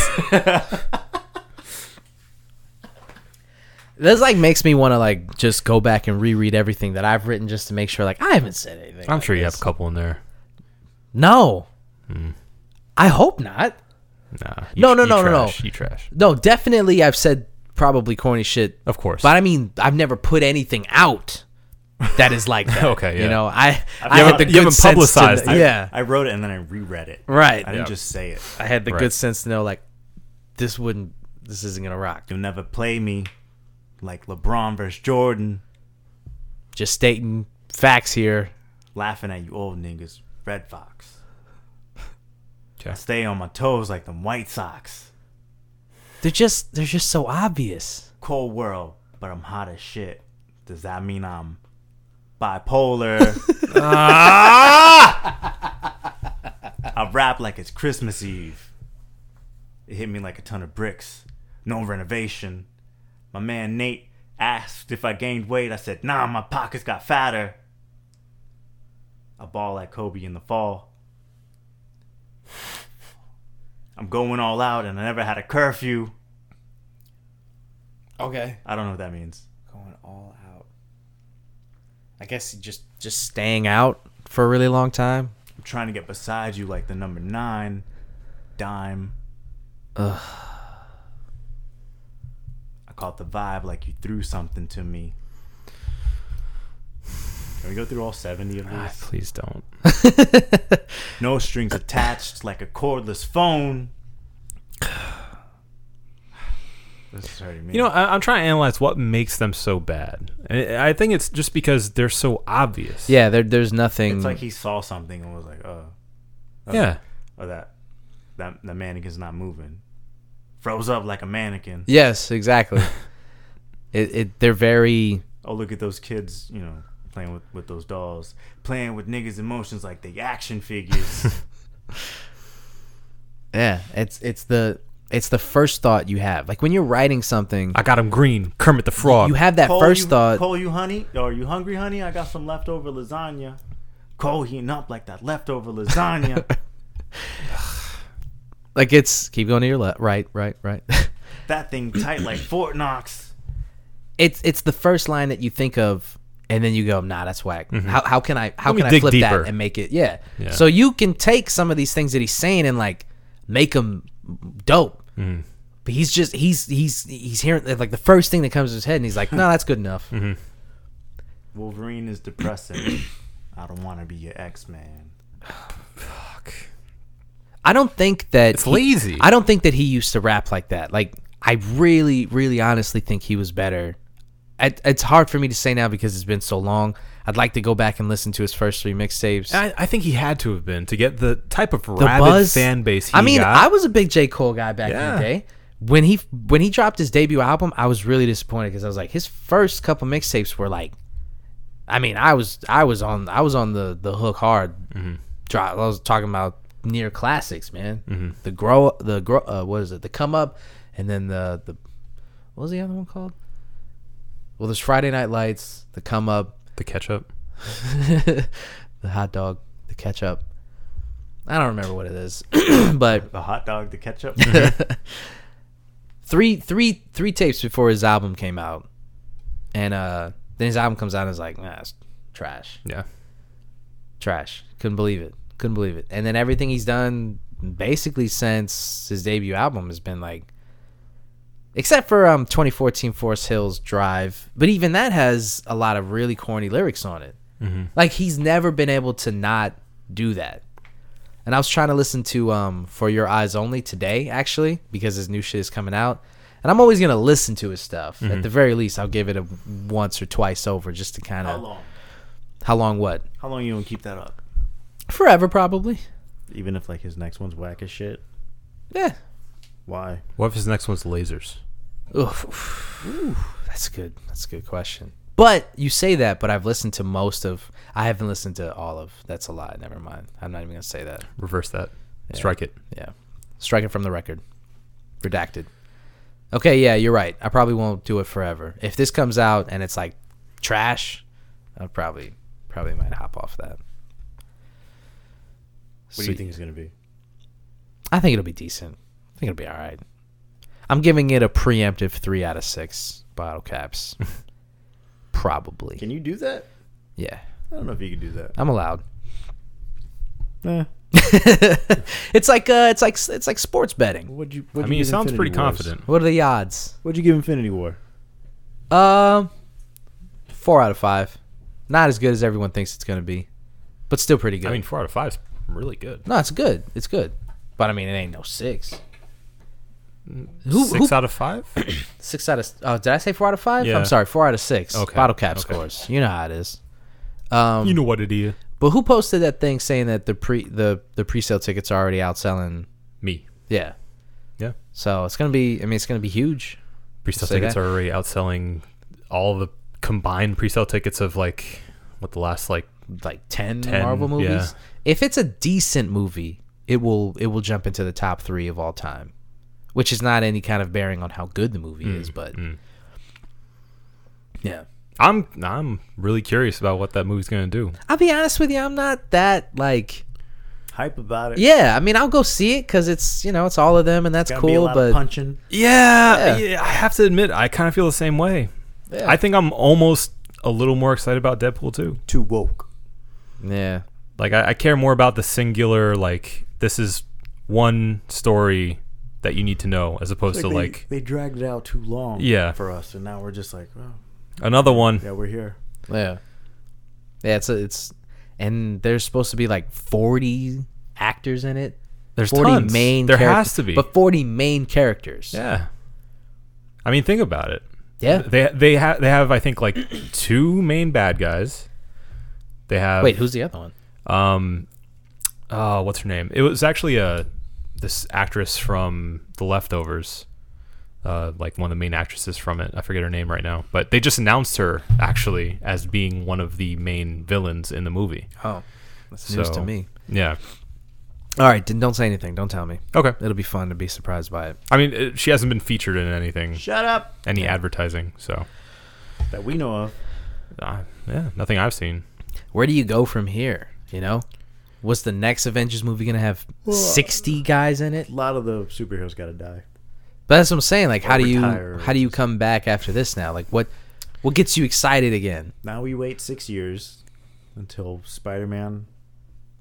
Speaker 1: This like makes me want to like just go back and reread everything that I've written just to make sure like I haven't said anything.
Speaker 2: I'm
Speaker 1: like
Speaker 2: sure you
Speaker 1: this.
Speaker 2: have Hmm. a couple in there.
Speaker 1: No. I hope not.
Speaker 2: Nah. you
Speaker 1: No,
Speaker 2: tr-
Speaker 1: no,
Speaker 2: you
Speaker 1: no, no, no.
Speaker 2: trash, You trash.
Speaker 1: No, definitely I've said probably corny shit.
Speaker 2: Of course.
Speaker 1: But I mean, I've never put anything out that is like that.
Speaker 2: Okay, yeah.
Speaker 1: You know, I I
Speaker 3: You
Speaker 1: had
Speaker 3: haven't-
Speaker 1: the
Speaker 2: you
Speaker 1: good
Speaker 2: haven't
Speaker 1: sense to
Speaker 2: publicized
Speaker 1: kn-
Speaker 2: it.
Speaker 1: yeah.
Speaker 3: I wrote it and then I reread it.
Speaker 1: Right.
Speaker 3: I
Speaker 2: Yeah.
Speaker 3: didn't just say it.
Speaker 1: I had the
Speaker 2: Right.
Speaker 1: good sense to know like this wouldn't this isn't going to rock.
Speaker 3: You'll never play me like LeBron versus Jordan.
Speaker 1: Just stating facts here.
Speaker 3: laughing at you old niggas. Red Fox.
Speaker 2: Okay.
Speaker 3: I stay on my toes like them White Sox.
Speaker 1: They're just they're just so obvious.
Speaker 3: Cold world, but I'm hot as shit. Does that mean I'm bipolar? I rap like it's Christmas Eve. It hit me like a ton of bricks. No renovation. My man Nate asked if I gained weight. I said, nah, my pockets got fatter. I ball like Kobe in the fall. I'm going all out and I never had a curfew.
Speaker 1: Okay.
Speaker 3: I don't know what that means.
Speaker 1: Going all out. I guess just just staying out for a really long time.
Speaker 3: I'm trying to get beside you like the number nine dime. Ugh. I caught the vibe like you threw something to me. Can we go through all 70 of
Speaker 2: Ah,
Speaker 3: these?
Speaker 2: Please don't.
Speaker 3: No strings attached like a cordless phone. this is hurting me.
Speaker 2: You know, I, I'm trying to analyze what makes them so bad. I, I think it's just because they're so obvious.
Speaker 1: Yeah, there there's nothing
Speaker 3: it's like he saw something and was like, oh,
Speaker 2: Mm. Yeah.
Speaker 3: oh that, that, that mannequin's not moving. Froze up like a mannequin.
Speaker 1: Yes, exactly. it, it they're very
Speaker 3: oh look at those kids you know playing with, with those dolls playing with niggas emotions like they action figures
Speaker 1: yeah. It's it's the it's the first thought you have. Like when you're writing something,
Speaker 2: I got him green. Kermit the Frog.
Speaker 1: you have that
Speaker 3: Call
Speaker 1: first
Speaker 3: you,
Speaker 1: thought.
Speaker 3: call you honey Yo, are you hungry honey i got some leftover lasagna Cole heating up like that leftover lasagna
Speaker 1: Like it's keep going to your left, right, right, right.
Speaker 3: that thing tight like fort knox
Speaker 1: it's it's the first line that you think of, and then you go, nah, that's whack. How how can I how
Speaker 2: Mm-hmm. Let me
Speaker 1: can I
Speaker 2: dig
Speaker 1: flip
Speaker 2: deeper.
Speaker 1: that and make it yeah.
Speaker 2: Yeah.
Speaker 1: So you can take some of these things that he's saying and like make them dope.
Speaker 2: Mm-hmm.
Speaker 1: But he's just he's he's he's hearing like the first thing that comes to his head, and he's like, no, that's good enough.
Speaker 3: wolverine is depressing i don't want to be your x-man
Speaker 1: I don't think that it's
Speaker 2: lazy.
Speaker 1: I don't think that he used to rap like that. Like I really, really, honestly think he was better. It, it's hard for me to say now because it's been so long. I'd like to go back and listen to his first three mixtapes.
Speaker 2: I, I think he had to have been to get the type of
Speaker 1: The
Speaker 2: rabid
Speaker 1: buzz
Speaker 2: fan base. He
Speaker 1: I mean,
Speaker 2: got.
Speaker 1: I was a big J Cole guy back in
Speaker 2: Yeah.
Speaker 1: the day. When he when he dropped his debut album, I was really disappointed because I was like, his first couple mixtapes were like, I mean, I was I was on I was on the the hook hard.
Speaker 2: Mm-hmm.
Speaker 1: Drop. I was talking about near classics, man.
Speaker 2: Mm-hmm.
Speaker 1: The grow the grow uh, what is it? The come up, and then the the what was the other one called? Well, there's Friday Night Lights, the come up,
Speaker 2: The ketchup.
Speaker 1: the hot dog, the ketchup. I don't remember what it is, but
Speaker 3: The hot dog, the ketchup.
Speaker 1: three three three tapes before his album came out, and uh, then his album comes out and is like, nah, it's trash,
Speaker 2: Yeah.
Speaker 1: trash. Couldn't believe it, couldn't believe it. And then everything he's done basically since his debut album has been like, except for um 2014 Forest Hills Drive, but even that has a lot of really corny lyrics on it. Like he's never been able to not do that. And I was trying to listen to um For Your Eyes Only today, actually, because his new shit is coming out. And I'm always gonna listen to his stuff. At the very least, I'll give it a once or twice over just to kind
Speaker 3: How
Speaker 1: of
Speaker 3: long?
Speaker 1: how long what
Speaker 3: How long you gonna keep that up?
Speaker 1: forever probably
Speaker 3: Even if like his next one's whack as shit.
Speaker 1: yeah.
Speaker 3: Why?
Speaker 2: What if his next one's lasers?
Speaker 1: Oof. That's good. That's a good question. But you say that, but I've listened to most of. I haven't listened to all of. That's a lie. Never mind. I'm not even gonna say that.
Speaker 2: Reverse that. Strike it.
Speaker 1: Yeah. Strike it from the record. Redacted. Okay, yeah, you're right. I probably won't do it forever. If this comes out and it's like trash, I'll probably probably might hop off that.
Speaker 3: What do you think it's gonna be?
Speaker 1: I think it'll be decent. I think it'll be all right. I'm giving it a preemptive three out of six bottle caps. probably.
Speaker 3: Can you do that?
Speaker 1: yeah.
Speaker 3: I don't know if you can do that.
Speaker 1: I'm allowed.
Speaker 3: Eh.
Speaker 1: It's like uh it's like it's like sports betting.
Speaker 3: What'd you? What'd
Speaker 2: I
Speaker 3: you
Speaker 2: mean, he
Speaker 3: give
Speaker 2: sounds
Speaker 3: Infinity
Speaker 2: pretty
Speaker 3: Wars?
Speaker 2: confident.
Speaker 1: What are the odds?
Speaker 3: What'd you give Infinity War?
Speaker 1: Um, four out of five. Not as good as everyone thinks it's going to be, but still pretty good.
Speaker 2: I mean, four out of five is really good.
Speaker 1: no, it's good. It's good. But I mean, it ain't no six. Who,
Speaker 2: Six
Speaker 1: who-
Speaker 2: out of five?
Speaker 1: six out of oh, did I say four out of five?
Speaker 2: Yeah.
Speaker 1: I'm sorry, four out of six.
Speaker 2: Okay.
Speaker 1: Bottle cap
Speaker 2: Okay.
Speaker 1: scores. You know how it is. Um,
Speaker 2: you know what it is.
Speaker 1: but who posted that thing saying that the pre the the pre sale tickets are already outselling?
Speaker 2: Me.
Speaker 1: Yeah,
Speaker 2: Yeah.
Speaker 1: so it's gonna be. I mean, it's gonna be huge.
Speaker 2: Pre-sale
Speaker 1: Say
Speaker 2: tickets
Speaker 1: that.
Speaker 2: are already outselling all the combined pre-sale tickets of like what the last like
Speaker 1: like 10,
Speaker 2: 10,
Speaker 1: Marvel movies.
Speaker 2: yeah.
Speaker 1: If it's a decent movie, it will it will jump into the top 3 of all time, which is not any kind of bearing on how good the movie
Speaker 2: Mm,
Speaker 1: is, but Yeah.
Speaker 2: I'm I'm really curious about what that movie's gonna do.
Speaker 1: I'll be honest with you, I'm not that like
Speaker 3: Hype about it.
Speaker 1: Yeah, I mean, I'll go see it cuz it's, you know, it's all of them and that's
Speaker 3: Gonna be a
Speaker 1: cool,
Speaker 3: lot of
Speaker 1: but
Speaker 3: punching.
Speaker 1: Yeah.
Speaker 2: Yeah, yeah, I have to admit, I kind of feel the same way. I think I'm almost a little more excited about Deadpool too.
Speaker 3: Too woke.
Speaker 1: yeah.
Speaker 2: Like I, I care more about the singular, like this is one story that you need to know, as opposed to
Speaker 3: they,
Speaker 2: like
Speaker 3: they dragged it out too long.
Speaker 2: Yeah.
Speaker 3: For us, and now we're just like, oh,
Speaker 2: another one.
Speaker 3: yeah, we're here.
Speaker 1: Yeah. Yeah, it's a, it's and there's supposed to be like 40 actors in it.
Speaker 2: There's
Speaker 1: 40
Speaker 2: tons.
Speaker 1: main
Speaker 2: there
Speaker 1: characters.
Speaker 2: has to be.
Speaker 1: But 40 main characters.
Speaker 2: yeah, I mean, think about it.
Speaker 1: Yeah.
Speaker 2: They they have they have I think like two main bad guys. They have
Speaker 1: Wait, who's the other one?
Speaker 2: um, uh, what's her name? It was actually uh this actress from The Leftovers, uh, like one of the main actresses from it. I forget her name right now, but they just announced her actually as being one of the main villains in the movie.
Speaker 1: Oh, that's
Speaker 2: So,
Speaker 1: news to me.
Speaker 2: Yeah.
Speaker 1: All right, then don't say anything. Don't tell me.
Speaker 2: Okay.
Speaker 1: It'll be fun to be surprised by it.
Speaker 2: I mean, it, she hasn't been featured in anything,
Speaker 3: Shut up.
Speaker 2: any advertising. So,
Speaker 3: That we know of.
Speaker 2: uh, yeah, nothing I've seen.
Speaker 1: Where do you go from here? You know, was the next Avengers movie gonna have sixty guys in it?
Speaker 3: A lot of the superheroes got to die.
Speaker 1: But that's what I'm saying. Like, how do you
Speaker 3: Retire.
Speaker 1: how do you come back after this now? Like, what what gets you excited again?
Speaker 3: Now we wait six years until Spider-Man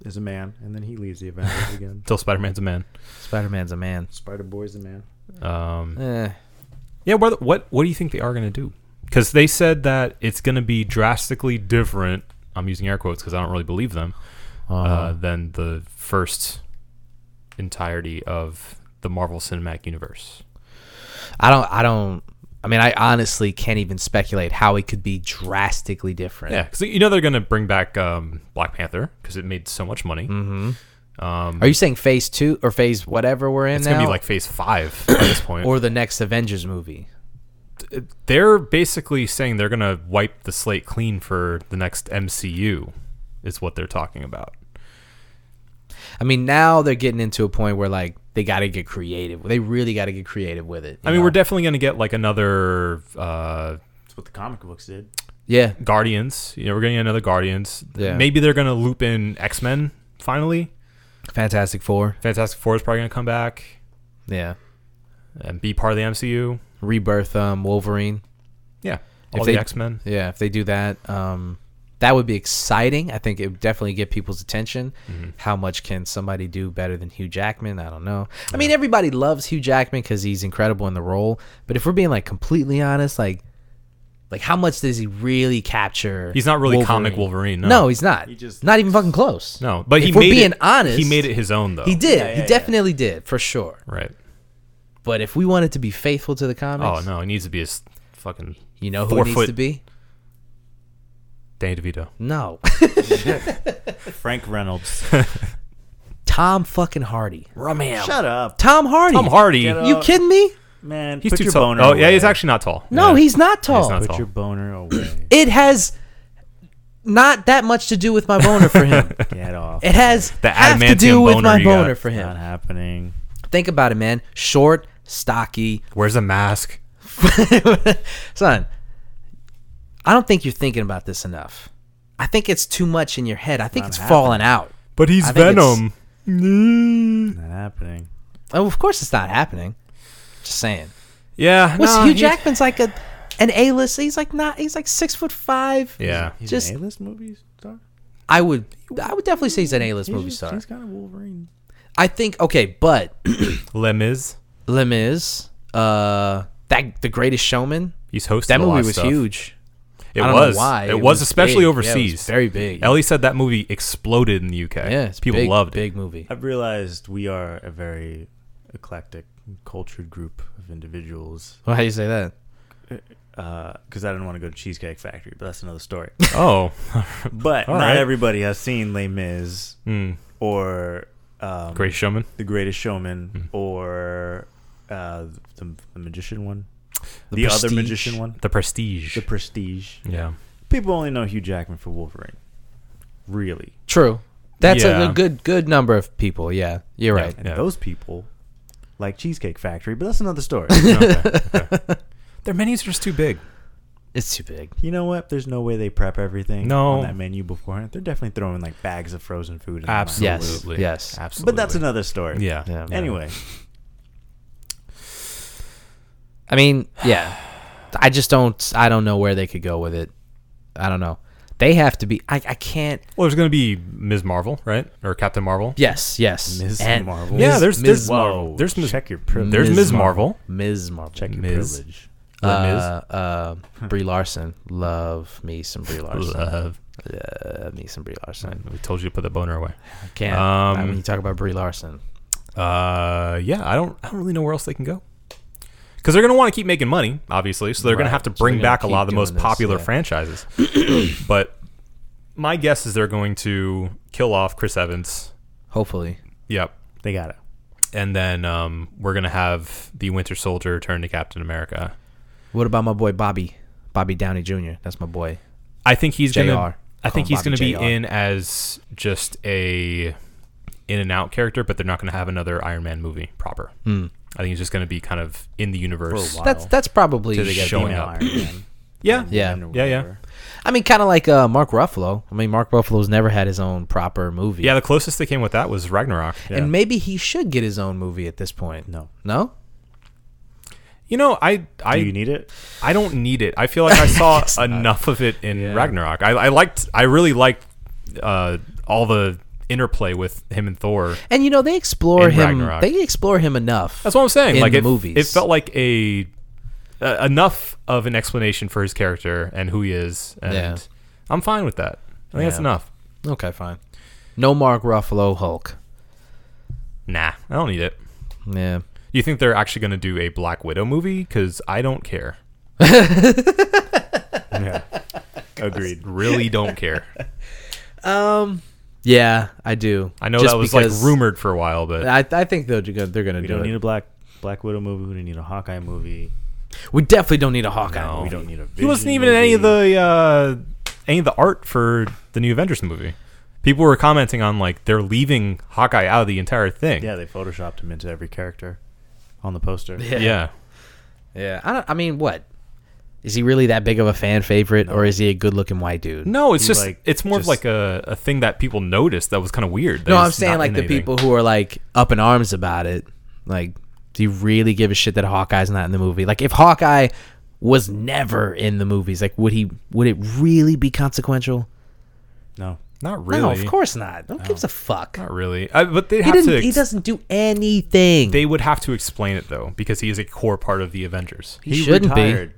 Speaker 3: is a man, and then he leaves the Avengers again.
Speaker 2: Till Spider Man's a man.
Speaker 1: Spider Man's a man.
Speaker 3: Spider-Boy's a man.
Speaker 2: Um,
Speaker 1: Eh,
Speaker 2: yeah. What what what do you think they are going to do? Because they said that it's going to be drastically different. I'm using air quotes because I don't really believe them. uh, than the first entirety of the Marvel Cinematic Universe.
Speaker 1: I don't. I don't. I mean, I honestly can't even speculate how it could be drastically different.
Speaker 2: Yeah, because you know they're gonna bring back um, Black Panther because it made so much money.
Speaker 1: Are you saying Phase Two or Phase whatever we're in
Speaker 2: It's
Speaker 1: now,
Speaker 2: gonna be like Phase Five at this point.
Speaker 1: or the next Avengers movie?
Speaker 2: they're basically saying they're gonna wipe the slate clean for the next MCU, is what they're talking about.
Speaker 1: I mean, now they're getting into a point where like they got to get creative. They really got to get creative with it.
Speaker 2: I mean, we're definitely gonna get like another uh,
Speaker 3: That's what the comic books did.
Speaker 1: Yeah.
Speaker 2: Guardians. You know, we're getting another Guardians.
Speaker 1: Yeah.
Speaker 2: Maybe they're gonna loop in X Men finally.
Speaker 1: Fantastic Four.
Speaker 2: Fantastic Four is probably gonna come back
Speaker 1: Yeah.
Speaker 2: and be part of the MCU.
Speaker 1: Rebirth um, Wolverine.
Speaker 2: Yeah. All
Speaker 1: If
Speaker 2: the
Speaker 1: they-
Speaker 2: X Men.
Speaker 1: Yeah, if they do that, um, that would be exciting. I think it would definitely get people's attention.
Speaker 2: Mm-hmm.
Speaker 1: How much can somebody do better than Hugh Jackman? I don't know. I mean, everybody loves Hugh Jackman because he's incredible in the role. But if we're being like completely honest, like, like how much does he really capture?
Speaker 2: He's not really comic Wolverine, no.
Speaker 1: no, he's not.
Speaker 3: He just-
Speaker 1: not even fucking close.
Speaker 2: No, but he
Speaker 1: If we're
Speaker 2: made
Speaker 1: being
Speaker 2: it,
Speaker 1: honest,
Speaker 2: He made it his own though.
Speaker 1: He did.
Speaker 3: Yeah,
Speaker 1: he
Speaker 3: yeah, yeah.
Speaker 1: definitely did for sure.
Speaker 2: Right.
Speaker 1: But if we wanted to be faithful to the comics,
Speaker 2: Oh no, he needs to be his fucking
Speaker 1: you know who
Speaker 2: Four
Speaker 1: it needs
Speaker 2: foot-
Speaker 1: to be?
Speaker 2: Danny DeVito.
Speaker 1: No,
Speaker 3: Frank Reynolds.
Speaker 1: Tom fucking Hardy.
Speaker 2: Romeo.
Speaker 3: Shut up,
Speaker 1: Tom Hardy.
Speaker 2: Tom Uh, Hardy.
Speaker 3: Get up.
Speaker 1: You kidding me?
Speaker 3: man.
Speaker 2: He's
Speaker 3: put
Speaker 2: too
Speaker 3: your
Speaker 2: tall.
Speaker 3: boner
Speaker 2: Oh
Speaker 3: away.
Speaker 2: yeah, he's actually not tall.
Speaker 1: No,
Speaker 2: Yeah.
Speaker 1: he's not tall.
Speaker 2: not
Speaker 3: Put
Speaker 2: tall.
Speaker 3: your boner away.
Speaker 1: It has not that much to do with my boner for him.
Speaker 3: Get off.
Speaker 1: It has
Speaker 2: The
Speaker 1: half to
Speaker 2: adamantium
Speaker 1: do with
Speaker 2: boner
Speaker 1: my
Speaker 2: you got.
Speaker 1: boner for him.
Speaker 3: Not happening.
Speaker 1: Think about it, man. Short, stocky,
Speaker 2: Where's the mask?
Speaker 1: son. I don't think you're thinking about this enough. I think it's too much in your head. I think it's falling out.
Speaker 2: But he's
Speaker 1: I think it's- Venom.
Speaker 3: Not happening.
Speaker 1: Oh, of course, it's not happening. Just saying.
Speaker 2: Yeah.
Speaker 1: What's
Speaker 2: no,
Speaker 1: Hugh
Speaker 2: he-
Speaker 1: Jackman's like a an A-list? He's like not. He's like six foot five.
Speaker 2: Yeah.
Speaker 3: He's
Speaker 1: Just-
Speaker 3: an A-list movie star.
Speaker 1: I would. I would definitely say he's an A-list
Speaker 3: He's
Speaker 1: movie
Speaker 3: just-
Speaker 1: star.
Speaker 3: He's kind of Wolverine.
Speaker 1: I think. Okay, but
Speaker 2: Lemiz.
Speaker 1: Les Mis, uh, that the Greatest Showman.
Speaker 2: He's hosted.
Speaker 1: That
Speaker 2: a lot
Speaker 1: movie
Speaker 2: of
Speaker 1: was
Speaker 2: stuff.
Speaker 1: huge.
Speaker 2: It
Speaker 1: I don't
Speaker 2: was.
Speaker 1: Know why
Speaker 2: It, was, especially
Speaker 1: big. Yeah, it was
Speaker 2: overseas.
Speaker 1: very big.
Speaker 2: Ellie said that movie exploded in the UK.
Speaker 1: yeah, it's
Speaker 2: people
Speaker 1: big,
Speaker 2: loved
Speaker 1: big
Speaker 2: it.
Speaker 1: movie.
Speaker 3: I've realized we are a very eclectic, cultured group of individuals.
Speaker 1: Well, how do you say that?
Speaker 3: Because I didn't want to go to Cheesecake Factory, but that's another story.
Speaker 2: Oh,
Speaker 3: But
Speaker 2: All
Speaker 3: not
Speaker 2: right.
Speaker 3: everybody has seen Les Mis
Speaker 2: mm.
Speaker 3: or um,
Speaker 2: Grace Showman.
Speaker 3: The Greatest Showman or uh, the, the Magician one, the, other
Speaker 1: Prestige.
Speaker 3: Magician one,
Speaker 2: The Prestige.
Speaker 3: The Prestige.
Speaker 2: yeah.
Speaker 3: People only know Hugh Jackman for Wolverine, really.
Speaker 1: True. That's a,
Speaker 2: Yeah.
Speaker 1: a good good number of people. Yeah, you're
Speaker 2: Yeah.
Speaker 1: right.
Speaker 3: And
Speaker 2: Yeah.
Speaker 3: those people like Cheesecake Factory, but that's another story.
Speaker 2: okay. okay. Their menus are just too big.
Speaker 1: It's too big.
Speaker 3: you know what? There's no way they prep everything
Speaker 2: No.
Speaker 3: on that menu beforehand. They're definitely throwing like bags of frozen food. In
Speaker 2: Absolutely.
Speaker 1: Yes. Yes.
Speaker 2: Absolutely.
Speaker 3: But that's another story.
Speaker 2: Yeah.
Speaker 1: Yeah.
Speaker 3: Anyway,
Speaker 1: I mean, yeah. I just don't. I don't know where they could go with it. I don't know. They have to be. I, I can't.
Speaker 2: Well, there's going to be Ms. Marvel, right? Or Captain Marvel.
Speaker 1: Yes. Yes.
Speaker 3: Ms. Marvel.
Speaker 2: Yeah, there's- there's-
Speaker 3: whoa,
Speaker 2: There's Ms.
Speaker 3: check your privilege.
Speaker 2: There's Ms. Marvel.
Speaker 1: Ms. Marvel.
Speaker 3: check your
Speaker 2: Ms.
Speaker 3: privilege.
Speaker 1: Uh, uh, Brie Larson. Love me some Brie Larson.
Speaker 2: Love.
Speaker 1: Love me some Brie Larson.
Speaker 2: We told you to put the boner away.
Speaker 1: I can't.
Speaker 2: Um,
Speaker 1: I mean, you talk about Brie Larson.
Speaker 2: Uh, yeah, I don't, I don't really know where else they can go. Because they're going to want to keep making money, obviously. So they're going
Speaker 1: Right.
Speaker 2: to have to
Speaker 1: So
Speaker 2: bring
Speaker 1: they're gonna
Speaker 2: back a
Speaker 1: keep
Speaker 2: lot of the
Speaker 1: doing
Speaker 2: most
Speaker 1: this,
Speaker 2: popular
Speaker 1: yeah.
Speaker 2: franchises. but my guess is they're going to kill off Chris Evans.
Speaker 1: Hopefully.
Speaker 2: Yep.
Speaker 3: They got it.
Speaker 2: And then um, we're going to have the Winter Soldier turn to Captain America.
Speaker 1: What about my boy Bobby? Bobby Downey Jr. That's my boy.
Speaker 2: I think he's
Speaker 1: JR.
Speaker 2: going to. I
Speaker 1: Call
Speaker 2: think
Speaker 1: him
Speaker 2: he's going to
Speaker 1: Bobby
Speaker 2: be
Speaker 1: JR.
Speaker 2: in as just a in and out character, but they're not going to have another Iron Man movie proper.
Speaker 1: Hmm.
Speaker 2: I think he's just going to be kind of in the universe.
Speaker 3: For a while.
Speaker 1: That's that's probably.
Speaker 2: Till they get Showing
Speaker 3: Female
Speaker 2: up.
Speaker 3: Iron Man.
Speaker 2: Yeah,
Speaker 1: Yeah.
Speaker 3: And
Speaker 2: Yeah, yeah.
Speaker 3: whatever.
Speaker 1: I mean, kind of like uh, Mark Ruffalo. I mean, Mark Ruffalo's never had his own proper movie.
Speaker 2: yeah. The closest they came with that was Ragnarok.
Speaker 1: And maybe he should get his own movie at this point.
Speaker 3: No.
Speaker 1: No.
Speaker 2: You know, I I
Speaker 3: Do you need it?
Speaker 2: I don't need it. I feel like I saw enough of it in Ragnarok. I, I liked. I really liked uh, all the interplay with him and Thor.
Speaker 1: And you know they explore
Speaker 2: In
Speaker 1: him.
Speaker 2: Ragnarok.
Speaker 1: They explore him enough.
Speaker 2: That's what I'm saying.
Speaker 1: In
Speaker 2: like
Speaker 1: the
Speaker 2: it,
Speaker 1: movies.
Speaker 2: it felt like a uh, enough of an explanation for his character and who he is, and
Speaker 1: Yeah.
Speaker 2: I'm fine with that. I think that's
Speaker 1: Yeah.
Speaker 2: enough.
Speaker 1: Okay, fine. No Mark Ruffalo Hulk.
Speaker 2: Nah, I don't need it.
Speaker 1: Yeah.
Speaker 2: You think they're actually going to do a Black Widow movie? Because I don't care.
Speaker 3: Yeah. Agreed.
Speaker 2: Really don't care.
Speaker 1: Um. Yeah, I do.
Speaker 2: I know
Speaker 1: Just
Speaker 2: that was
Speaker 1: because-
Speaker 2: like rumored for a while, but
Speaker 1: I, I think they're gonna, they're gonna
Speaker 3: We
Speaker 1: do
Speaker 3: don't
Speaker 1: it.
Speaker 3: need a black Black Widow movie. We don't need a Hawkeye movie.
Speaker 1: we definitely don't need a Hawkeye.
Speaker 2: No.
Speaker 1: movie.
Speaker 3: We don't need a. Vision
Speaker 2: he wasn't even in any of
Speaker 3: movie.
Speaker 2: the uh, any of the art for the new Avengers movie. People were commenting on like they're leaving Hawkeye out of the entire thing.
Speaker 3: Yeah, they photoshopped him into every character on the poster.
Speaker 2: yeah.
Speaker 1: Yeah. I don't. I mean, what? Is he really that big of a fan favorite, or is he a good-looking white dude?
Speaker 2: No, it's
Speaker 3: He,
Speaker 2: just
Speaker 3: like,
Speaker 2: it's more
Speaker 3: just-
Speaker 2: of like a, a thing that people noticed that was kind of weird. that
Speaker 1: No, I'm
Speaker 2: he's
Speaker 1: saying
Speaker 2: not
Speaker 1: like
Speaker 2: in
Speaker 1: the
Speaker 2: anything.
Speaker 1: people who are like up in arms about it. Like, do you really give a shit that Hawkeye's not in the movie? Like, if Hawkeye was never in the movies, like, would he? Would it really be consequential?
Speaker 3: No.
Speaker 2: Not really.
Speaker 1: No, of course not. Don't gives a fuck.
Speaker 2: Not really. I, but they
Speaker 1: He
Speaker 2: have
Speaker 1: didn't.
Speaker 2: to.
Speaker 1: he
Speaker 2: ex-
Speaker 1: doesn't do anything.
Speaker 2: They would have to explain it though, because he is a core part of the Avengers.
Speaker 1: he, shouldn't
Speaker 3: retired.
Speaker 1: be.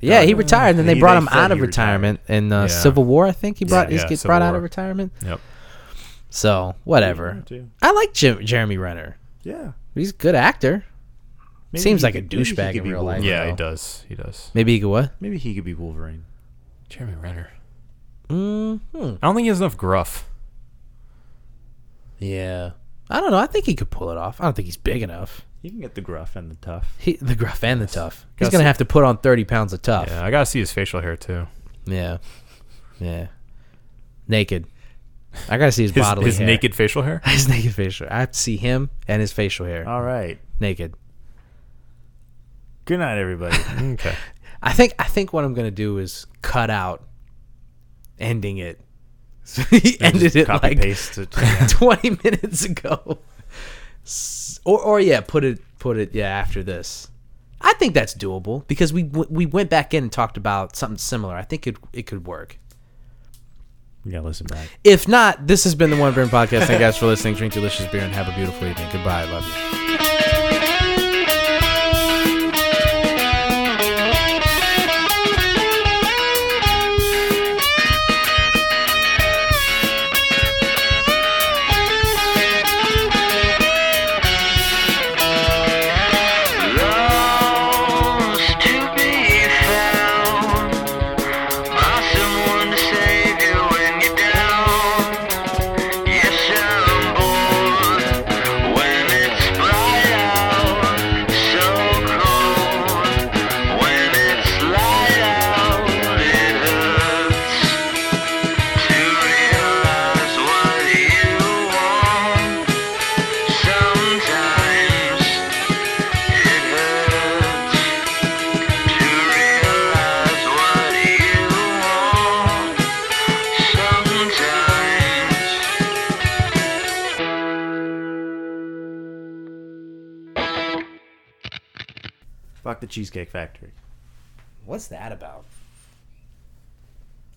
Speaker 1: Yeah, he retired, and then they
Speaker 3: He-
Speaker 1: brought
Speaker 3: they
Speaker 1: him
Speaker 3: said
Speaker 1: out of
Speaker 3: he retired.
Speaker 1: retirement in uh,
Speaker 2: Yeah.
Speaker 1: Civil War. I think he brought his
Speaker 2: yeah,
Speaker 1: get
Speaker 2: Civil
Speaker 1: brought out of
Speaker 2: War.
Speaker 1: retirement.
Speaker 2: Yep.
Speaker 1: So whatever.
Speaker 3: Yeah, too.
Speaker 1: I like Jim, Jeremy Renner.
Speaker 3: Yeah.
Speaker 1: He's a good actor.
Speaker 3: Maybe
Speaker 1: Seems
Speaker 3: he
Speaker 1: like a
Speaker 3: could- maybe he
Speaker 1: douchebag
Speaker 3: could
Speaker 1: in
Speaker 3: be
Speaker 1: real life.
Speaker 3: Wolverine.
Speaker 2: Yeah, he
Speaker 1: though.
Speaker 2: does. He does.
Speaker 1: Maybe he could what?
Speaker 3: Maybe he could be Wolverine.
Speaker 2: Jeremy Renner.
Speaker 1: Mm-hmm.
Speaker 2: I don't think he has enough gruff.
Speaker 1: Yeah. I don't know. I think he could pull it off. I don't think he's big enough.
Speaker 3: He can get the gruff and the tough.
Speaker 1: He, the gruff and the tough. He's
Speaker 2: Gotta
Speaker 1: gonna
Speaker 2: see-
Speaker 1: have to put on thirty pounds of tough.
Speaker 2: Yeah, I gotta see his facial hair too.
Speaker 1: Yeah. Yeah. Naked. I gotta see his,
Speaker 2: His,
Speaker 1: bodily
Speaker 2: his
Speaker 1: hair.
Speaker 2: naked facial hair.
Speaker 1: his naked facial. I have to see him and his facial hair
Speaker 2: Uh,
Speaker 3: All right.
Speaker 1: naked.
Speaker 3: Good night, everybody.
Speaker 2: okay.
Speaker 1: I think I think what I'm gonna do is cut out ending it. So he ended
Speaker 3: Just
Speaker 1: it
Speaker 3: copy
Speaker 1: like
Speaker 3: paste it. Yeah.
Speaker 1: 20 minutes ago. S- Or, or yeah, put it put it yeah after this. I think that's doable because we w- we went back in and talked about something similar. I think it it could work.
Speaker 3: You gotta listen back.
Speaker 1: If not, this has been the One Burn Podcast. Thank you guys for listening. Drink delicious beer and have a beautiful evening. Goodbye. Love you.
Speaker 5: Lost to be found by someone to save you when you're down. Yes, I'm bored when it's bright out, so cold. When it's light out, it hurts to realize what you want. Sometimes. It hurts to realize what you want sometimes.
Speaker 3: Fuck the Cheesecake Factory.
Speaker 1: What's that about?